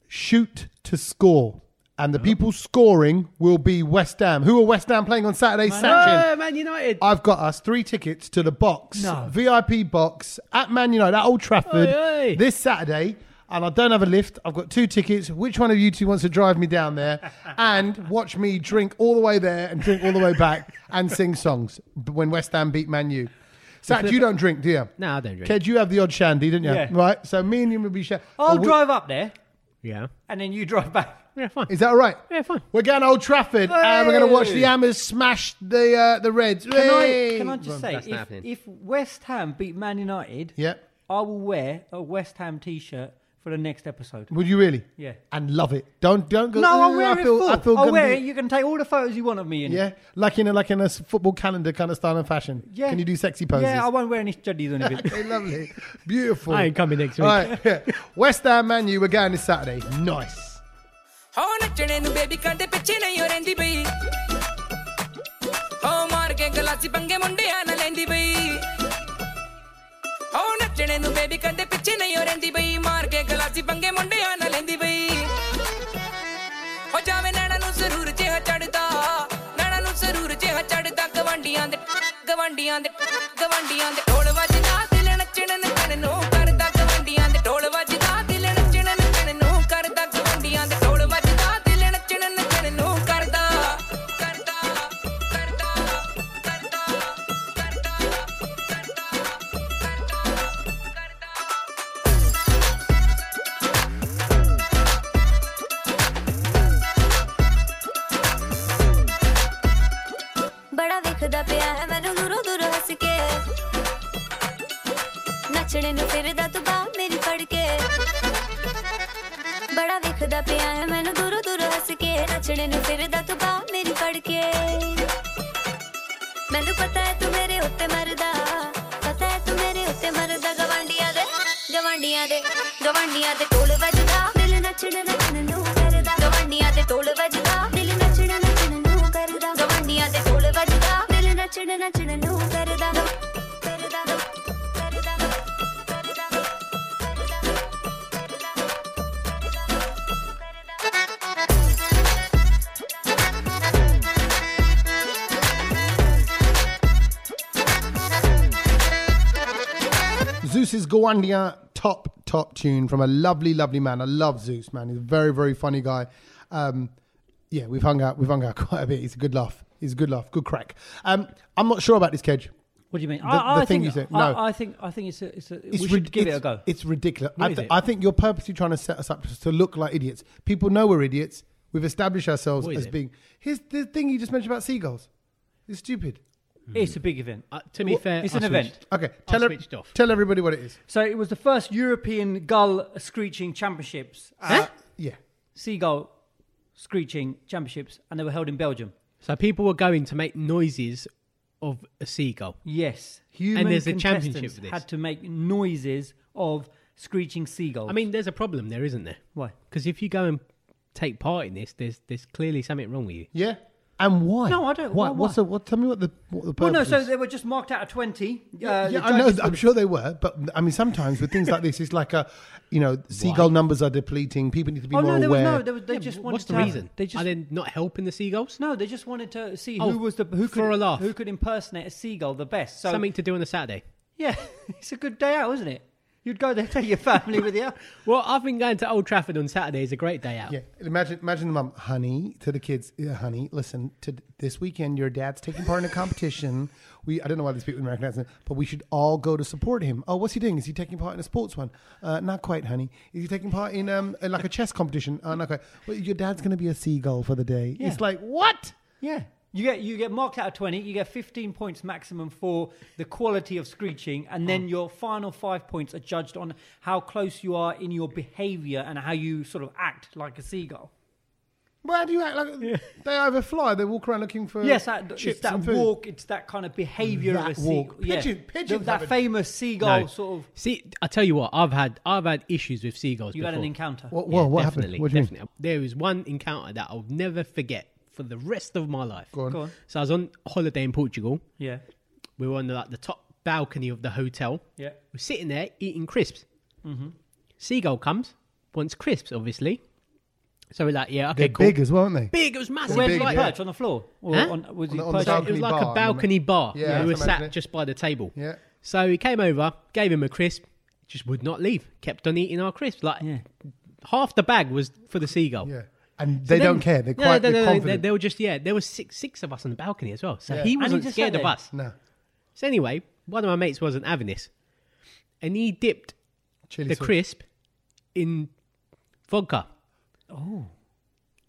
Shoot to score, and the people scoring will be West Ham. Who are West Ham playing on Saturday? Sanchez.
<laughs> Oh, Man United.
I've got us three tickets to the box,
No.
VIP box at Man United at Old Trafford
Oi, oi.
this Saturday. And I don't have a lift. I've got two tickets. Which one of you two wants to drive me down
<laughs>
there and watch me drink all the way there and drink all the way back and sing songs when West Ham beat Man U? Sat, you don't drink, do you?
No, I don't drink.
Ked, you have the odd shandy, didn't you?
Yeah.
Right. So me and you will be. Oh, Sh-
oh,
I'll drive up there
Yeah.
and then you drive back.
Yeah, fine.
Is that all right?
Yeah, fine.
We're going to Old Trafford and we're going to watch the
Hey.
Hammers smash the uh, the Reds.
Can I, can I just say,
that's not
if,
happening.
if West Ham beat Man United,
Yeah.
I will wear a West Ham t-shirt for the next episode.
Would you really?
Yeah.
And love it. Don't don't go.
No, I'll
"Ooh,
wear
I
it
feel-
full.
I feel
I'll
gonna
wear
be-"
it. You can take all the photos you want of me. In it.
Yeah, like in a like in a s- football calendar kind of style and fashion.
yeah.
Can you do sexy poses?
Yeah, I won't wear any
<laughs>
juddies or anything.
Okay, lovely, beautiful.
I ain't coming next
All
week.
right, <laughs> West Ham, Man U. We're going this Saturday. Nice.
ਹੋ ਨੱਚਣੇ ਨੂੰ baby ਕਾਂਡੇ ਪਿੱਛੇ ਨਹੀਂ ਹੋ ਰਹਿੰਦੀ ਬਈ ਹੋ ਮਾਰ ਕੇ ਗਲਾਸੀ ਪੰਗੇ ਮੁੰਡਿਆਂ ਨਾਲ ਲੈਂਦੀ ਬਈ ਹੋ ਨੱਚਣੇ ਨੂੰ ਬੇਬੀ ਕਾਂਡੇ ਪਿੱਛੇ ਨਹੀਂ ਹੋ ਰਹਿੰਦੀ ਬਈ ਮਾਰ ਕੇ ਗਲਾਸੀ ਪੰਗੇ ਮੁੰਡਿਆਂ ਨਾਲ ਲੈਂਦੀ ਬਈ ਹੋ ਜਾਵੇ ਨੈਣਾ ਨੂੰ ਜ਼ਰੂਰ ਜਿਹਾ ਚੜਦਾ ਨੈਣਾ ਨੂੰ ਜ਼ਰੂਰ ਜਿਹਾ ਚੜਦਾ ਗਵਾਂਡੀਆਂ ਦੇ ਗਵਾਂਡੀਆਂ ਦੇ ਗਵਾਂਡੀਆਂ ਦੇ ਢੋਲ ਵੱਜਦਾ ਦਿਲ ਨੱਚਣ ਨੱਚਣ ਨੂੰ ਕਰਦਾ ਗਵਾਂਡੀਆਂ ਦੇ ਢੋਲ ਵੱਜਦਾ ਦਿਲ ਨੱਚਣ ਨੱਚਣ ਨੂੰ ਕਰਦਾ ਗਵਾਂਡੀਆਂ ਦੇ ਢੋਲ ਵੱਜਦਾ ਦਿਲ ਨੱਚਣ ਨੱਚਣ ਨੂੰ ਕਰਦਾ ਕਰਦਾ ਕਰਦਾ ਕਰਦਾ ਕਰਦਾ
ਬੜਾ ਵੇਖਦਾ ਪਿਆ ਹੈ ਮੈਨੂੰ ਦੂਰੋਂ ਦੂਰੋਂ ਹੱਸ ਕੇ ਨੱਚਣੇ ਨੂੰ ਫਿਰਦਾ ਤੂੰ ਬਾਹ ਮੇਰੀ ਫੜ ਕੇ ਬੜਾ ਵੇਖਦਾ ਪਿਆ ਹੈ ਮੈਨੂੰ ਦੂਰੋਂ ਦੂਰੋਂ ਹੱਸ ਕੇ ਨੱਚਣੇ ਨੂੰ ਫਿਰਦਾ ਤੂੰ ਬਾਹ ਮੇਰੀ ਫੜ ਕੇ ਮੈਨੂੰ ਪਤਾ ਹੈ ਤੂੰ ਮੇਰੇ ਉੱਤੇ ਮਰਦਾ ਪਤਾ ਹੈ ਤੂੰ ਮੇਰੇ ਉੱਤੇ ਮਰਦਾ ਗਵਾਂਡੀਆਂ ਦੇ ਗਵਾਂਡੀਆਂ ਦੇ ਗਵਾਂਡੀਆਂ ਦੇ ਢੋਲ ਵੱਜਦਾ ਦਿਲ ਨੱਚਣ ਨੱਚਣ ਨੂੰ ਕਰਦਾ ਗਵਾਂਡੀਆਂ ਦੇ ਢੋਲ ਵੱਜਦਾ ਦਿਲ ਨੱਚਣ ਨੱਚਣ ਨੂੰ ਕਰਦਾ ਗਵਾਂਡੀਆਂ ਦੇ ਢੋਲ ਵੱਜਦਾ ਦਿਲ ਨੱਚਣ ਨੱਚਣ ਨੂੰ ਕਰਦਾ ਕਰਦਾ ਕਰਦਾ ਕਰਦਾ
Zeus's Gwandia top top tune from a lovely lovely man. I love Zeus man. He's a very very funny guy. Um, yeah, <laughs> we've hung out we've hung out quite a bit. He's a good laugh. He's a good laugh. Good crack. Um, I'm not sure about this Kedge.
What
What do you mean?
The-
I, I
the thing
think,
you said, no.
I, I think I think it's a, it's a, we should
rid-
give it
it's-
a go.
It's ridiculous.
What
I,
is
th-
it?
I think you're purposely trying to set us up to look like idiots. People know we're idiots. We've established ourselves
What is
as
it?
being. Here's the thing you just mentioned about seagulls. It's stupid.
It's a big event.
Uh, to be fair,
it's
I
an event.
switched.
Okay,
I
tell
switched off.
tell everybody what it is.
So it was the first European gull screeching championships, uh,
Huh?
Yeah,
seagull screeching championships, and they were held in Belgium.
So people were going to make noises of a seagull.
Yes, human
there's a championship
contestants
for this.
had to make noises of screeching seagulls.
I mean, there's a problem there, isn't there?
Why?
Because if you go and take part in this, there's there's clearly something wrong with you.
yeah. And why?
No, I don't-
Why?
why-
What's
why?
the, what? Tell me what the what the
well,
purpose.
Oh, no. So
is.
they were just marked out of twenty. Uh,
yeah,
the
I know.
judges
I'm
would-
sure they were, but I mean, sometimes with things like this, it's like a, you
<laughs>
know, seagull numbers are depleting. People need to be
Oh
more
no, there was
aware.
no. There was, they
Yeah,
just
wh-
wanted
What's
to
the
have-
reason?
They just
Are they not helping the seagulls?
no. They just wanted to see
Oh,
who was the who could
for a laugh.
who could impersonate a seagull the best. So
Something to do on a Saturday.
yeah, <laughs> it's a good day out, isn't it? You'd go there, take your family with
<laughs>
you.
Well, I've been going to Old Trafford on Saturday. is a great day out.
Yeah, imagine, imagine the mum, honey, to the kids, yeah, honey, listen, to this weekend, your dad's taking part in a competition. We, I don't know why these people in American accent, but we should all go to support him. Oh, what's he doing? Is he taking part in a sports one? Uh, not quite, honey. Is he taking part in um in like a chess competition? Uh, not quite. Well, your dad's going to be a seagull for the day.
Yeah.
It's like what?
Yeah. You get you get marked out of twenty. You get fifteen points maximum for the quality of screeching, and
Hmm.
then your final five points are judged on how close you are in your behaviour and how you sort of act like a seagull.
Why do you act like they either fly? They walk around looking for
yes, that,
Uh, chips
it's that
and food.
walk. It's that kind of behaviour of a
That
seagull.
walk. Pigeon- pigeons
that,
have a-
famous seagull sort of.
See, I tell you what, I've had I've had issues with seagulls.
You
before.
had an encounter.
What, whoa, what
definitely,
happened? What do you mean?
definitely. There was one encounter that I'll never forget for the rest of my life.
Go on.
Go on.
So I was on holiday in Portugal.
Yeah.
We were on the, like the top balcony of the hotel.
Yeah. Mm-hmm.
We're sitting there eating crisps. Seagull comes, wants crisps, obviously. So we're like, yeah, okay,
They're
cool.
big as well, aren't they?
Big, it was massive.
Where
big,
did you
yeah.
perch on the floor? Or
Huh?
on, was
On
he
the- on the
perched
It
balcony
was like
bar,
a
wasn't it?
balcony bar.
Yeah,
Yeah,
I
we were
can
sat
imagine it.
just by the table.
Yeah.
So he came over, gave him a crisp, just would not leave. Kept on eating our crisps. Like
Yeah.
half the bag was for the seagull.
Yeah, and
So
they
then-
don't care. They're
No,
quite
no,
they're
no, no, they-
confident.
They, were just yeah. There were six six of us on the balcony as well. So
Yeah.
he
And
he
wasn't
just
scared
sat
of
there.
us.
no,
So anyway, one of my mates wasn't having this, and he dipped
chili
the
sauce.
crisp in vodka. Oh.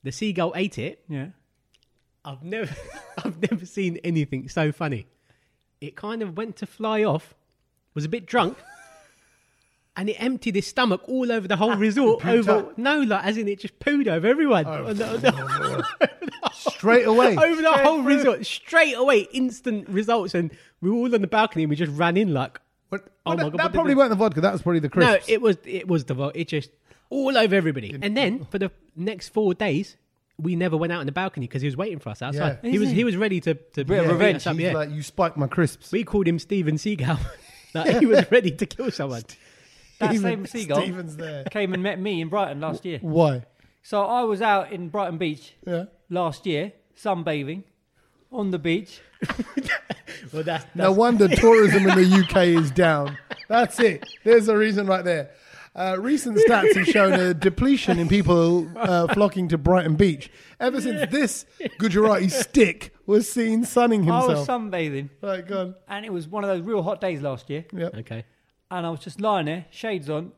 The seagull ate it.
Yeah.
I've never, <laughs> I've never seen anything so funny. It kind of went to fly off, was a bit drunk, and it emptied his stomach all over the <laughs> whole resort. over
up.
no, like as in it just pooed over everyone. On the- on the-
straight away.
<laughs> over the whole resort straight away. Instant results, and we were all on the balcony, and we just ran in like.
What,
Oh
well,
my
that, that
God, what did
probably
they-
weren't the vodka. That was probably the
No,
crisps.
it was it was the vo- it just all over everybody. And then for the next four days, we never went out on the balcony because he was waiting for us outside.
Yeah.
He
Is
was
he?
he was ready to to
Bit of
beat
revenge.
us up,
He's
yeah.
like, you spiked my crisps.
We called him Steven Seagal. <laughs> like he was ready to kill
<laughs>
someone.
That
Even <laughs>
same seagull
Steven's there.
came and met me in Brighton last year.
Why?
So I was out in Brighton Beach
Yeah.
last year, sunbathing on the beach.
Well, that's, that's
No
<laughs>
wonder tourism in the UK is down. That's it. There's a reason right there. Uh, recent stats have shown a depletion in people uh, flocking to Brighton Beach ever since this Gujarati stick was seen sunning
Oh,
I was
himself.
sunbathing,
Right, go on.
and it was one of those real hot days last year.
Yep.
okay.
And I was just lying there, shades on,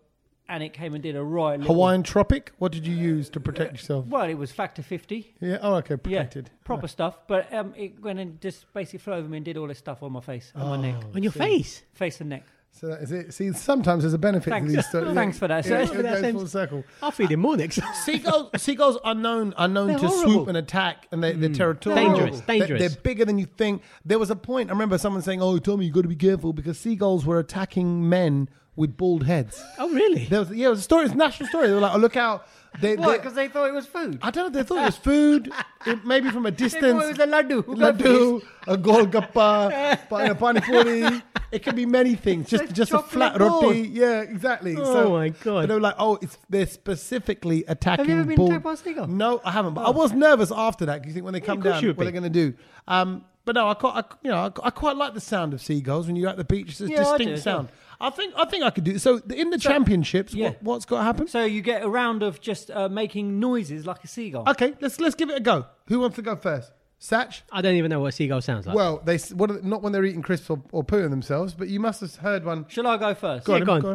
and it came and did a right little,
Hawaiian Tropic. What did you use to protect yourself?
Well, it was factor fifty.
Yeah. Oh, okay.
Yeah,
Protected.
proper stuff. But um, it went and just basically flew over me and did all this stuff on my face, on my neck,
Oh.
On your face.
face and neck.
So that is it. See, sometimes there's a benefit
Thanks.
to these. sort of-
<laughs> Thanks for that,
Yeah,
sir.
it goes full circle.
I'll feed him more next
<laughs>
time.
Seagulls, seagulls are known are known
They're
to
horrible.
swoop and attack, and they, they're territorial.
Dangerous,
They-
dangerous.
They're, bigger than you think. There was a point. I remember someone saying, "Oh, Tommy, you got to be careful because seagulls were attacking men with bald heads."
Oh, really?
There was yeah, it was a story. It's a national story. They were like, "Oh, look out!" They,
Why?
they-
Because they thought it was food.
I don't know. They thought it was food, it, maybe from a
<laughs> They
distance.
thought it was a laddu.
Laddu, a golgappa, <laughs> pa- a pani puri. It can be many things. Just
Like
just a flat
chocolate ball.
roti. Yeah, exactly.
Oh my God.
But they were like, oh, it's they're specifically attacking.
ever been
bald-
attacked by a seagull?
No, I haven't. But I
Oh.
was nervous after that. 'cause You think when they come
of course
down,
you
what
would
are they
be.
going to do? Um, but no, I quite, I, you know, I, I quite like the sound of seagulls when you're at the beach. It's a
Yeah, I do
distinct
as well.
sound. I think I think I could do. So in the championships,
yeah.
what, what's got to happen?
So you get a round of just uh, making noises like a seagull.
okay, let's let's give it a go. Who wants to go first? Satch?
I don't even know what a seagull sounds like.
Well, they s- what are, not when they're eating crisps or, or pooing themselves, but you must have heard one.
Shall I go first?
Go on,
Yeah,
Em,
go on.
go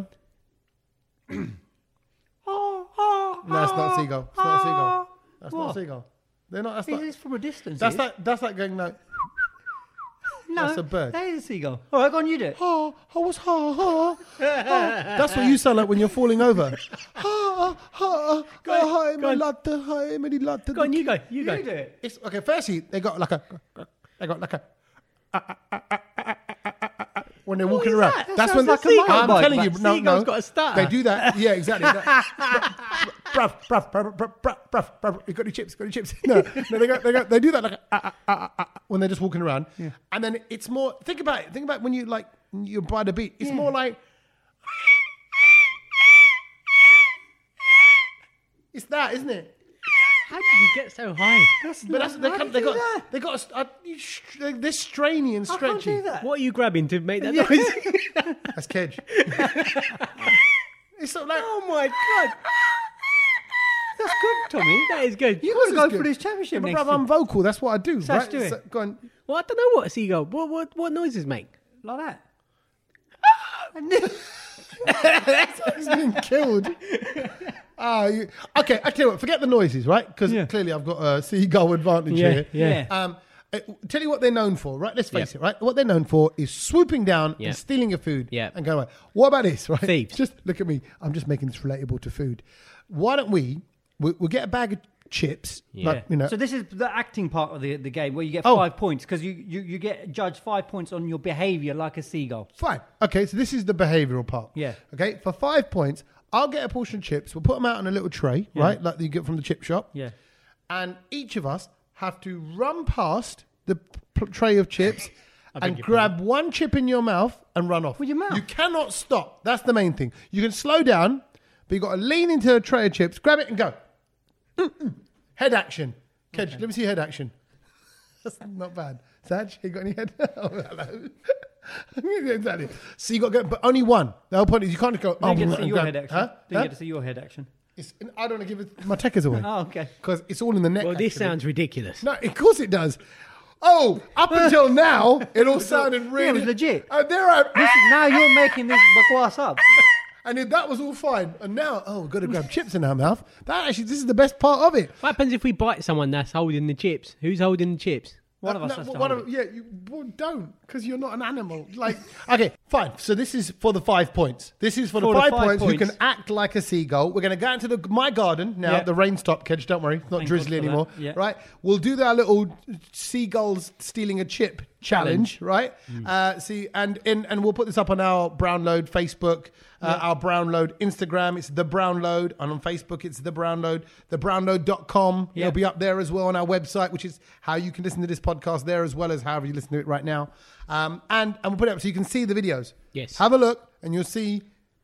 on. No, that's not a seagull. It's not a seagull. That's not
What?
a seagull. They're not. That's
This
like,
is from a distance.
that's
it is.
like that's like going like.
no,
that's a bird.
That is a seagull. All right, go on, you do it.
Ah, I was ha
<laughs>
ha. ha. That's what you sound like when you're falling over. Ha ha ha. Hi,
go
my
on.
latte. Hi, my latte.
go on, you go. You
You
go.
do it.
It's okay. Firstly, they got like a. They got like a. uh, When they're walking
is
around,
that? That
that's when
sounds like a motorbike,
I'm telling you,
but
no,
seagull's
no,
got a stutter.
they do that. Yeah, exactly.
<laughs>
That- Bruv, bruv, bruv, bruv, bruv, bruv, bruv. You got any chips? Got any chips? <laughs> No, no, they, go, they, go, they do that like a, ah, ah, ah, ah, ah, when they're just walking around, and then it's more. Think about it. Think about when you like you're by the beach. It's more like it's that, isn't it?
How did you get so high?
But that's, they,
How
come,
do
they
you do
got they got a, st- uh, you sh- they- they're strainy and
I
stretchy.
can't do that.
What are you grabbing to make that noise?
That's kedge. <laughs> it's not like
<laughs> Oh my god. That's good, Tommy.
that is good.
You gotta
This is
go
good.
for this championship
But
next
bruv, I'm
year.
vocal. That's what I do.
Sash,
right?
do it.
So- go on.
Well, I don't know what a seagull. What what what noises make?
Like that. Ah!
He's been
<laughs>
killed. Ah, you, okay. I tell you what. Forget the noises, right? Because
Yeah.
clearly I've got a seagull advantage
Yeah,
here.
yeah.
Um, uh, tell you what they're known for, right? Let's face
Yeah.
it, right? What they're known for is swooping down
Yeah.
and stealing your food
Yeah.
and going away. What about this, <laughs> right?
Thieves.
Just look at me. I'm just making this relatable to food. Why don't we? we we'll get a bag of chips. Like, you know,
So this is the acting part of the, the game where you get
Oh.
five points because you, you, you get judged five points on your behaviour like a seagull.
Fine. Okay, so this is the behavioural part.
Yeah.
Okay, for five points, I'll get a portion of chips. We'll put them out on a little tray, right? Like you get from the chip shop.
Yeah.
And each of us have to run past the p- tray of chips and grab one chip in your mouth and run off.
With your mouth?
You cannot stop. That's the main thing. You can slow down, but you've got to lean into a tray of chips, grab it and go. Mm-mm. Head action. Kedge, let me see head action. <laughs> That's not bad. Saj, you got any head? <laughs> oh, hello. Yeah, exactly. So you got to go, but only one. The whole point is you can't just go.
Didn't
oh,
get to see
I'm
your
glad-
head action.
Huh?
Didn't
Huh?
get to see your head action.
It's- I don't want to give it, my techers away.
<laughs> Oh, okay.
Because it's all in the neck.
Well, this
actually.
sounds ridiculous.
No, of course it does. Oh,
<laughs>
up until now, it all sounded really
Yeah, it was legit.
And there I
This is, now you're making this <laughs> bakwas up.
<laughs> and if that was all fine. And now, oh, we've got to grab chips in our mouth. That actually, this is the best part of it.
What happens if we bite someone that's holding the chips? Who's holding the chips?
One of us
No,
has to
one
hold
of-
it.
yeah, you well, don't because you're not an animal. Like, okay, fine. So this is for the five points. This is for, the, five points. You
points.
can act like a seagull. We're going to go into the my garden now.
Yeah.
The rain stopped, kids. Don't worry, it's not
Thank
drizzly
God for
anymore.
that. Yeah.
Right, we'll do that little seagulls stealing a chip challenge. Right. Uh, see, and in and we'll put this up on our Brownload Facebook. Uh, Our Brownload Instagram, it's The Brownload. And on Facebook, it's The Brownload, TheBrownload.com.
Yeah.
It'll be up there as well on our website, which is how you can listen to this podcast there as well as however you listen to it right now. Um, and, and we'll put it up so you can see the videos.
Yes.
Have a look and you'll see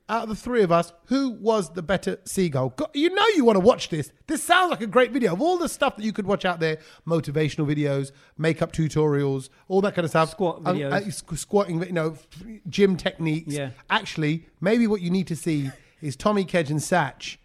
out of the three of us who was the better seagull. Go- You know you want to watch this. This sounds like a great video. Of all the stuff that you could watch out there, motivational videos, makeup tutorials, all that kind of stuff.
Squat
Um,
videos.
uh, squ- squatting, you know, f- gym techniques.
Yeah.
Actually, maybe what you need to see is Tommy Kedge and Satch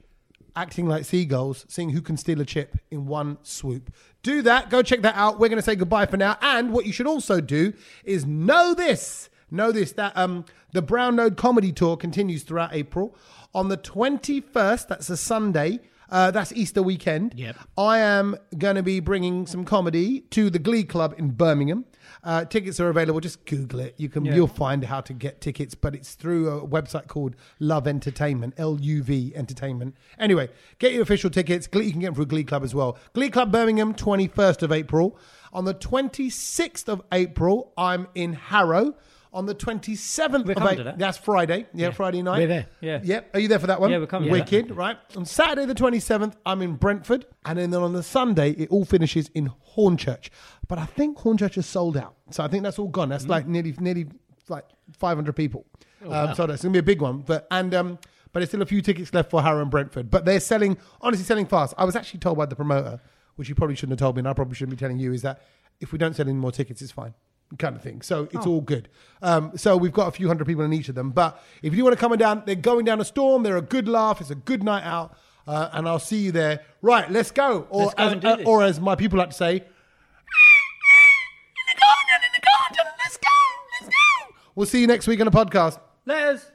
acting like seagulls, seeing who can steal a chip in one swoop. Do that. Go check that out. We're going to say goodbye for now. And what you should also do is know this. Know this that um, the Brown Node Comedy Tour continues throughout April. On the 21st, that's a Sunday, uh, that's Easter weekend.
Yep.
I am going to be bringing some comedy to the Glee Club in Birmingham. Uh, tickets are available. Just Google it. You can you'll find how to get tickets, but it's through a website called Love Entertainment, L U V Entertainment. Anyway, get your official tickets. Glee, you can get them through Glee Club as well. Glee Club Birmingham, twenty first of April. On the twenty sixth of April, I'm in Harrow. On the twenty seventh of
coming to
April,
that.
that's Friday. Yeah, Friday night.
We're there.
Yeah.
Yep. Are you there for that one?
Yeah, we're coming.
Wicked, right? On Saturday the 27th, I'm in Brentford. And then on the Sunday, it all finishes in Hornchurch. But I think Hornchurch is sold out. So I think that's all gone.
Mm.
That's like nearly nearly like 500 people.
Oh,
um, So that's going to be a big one. But and um, but there's still a few tickets left for Harrow and Brentford. But they're selling, honestly, selling fast. I was actually told by the promoter, which you probably shouldn't have told me, and I probably shouldn't be telling you, is that if we don't sell any more tickets, it's fine kind of thing. So it's all good. Um, so we've got a few hundred people in each of them. But if you want to come and down, they're going down a storm. They're a good laugh. It's a good night out. Uh, and I'll see you there. Right, let's go. Or,
Let's go
as,
and do
uh,
this.
or as my people like to say, We'll see you next week on the podcast.
Letters.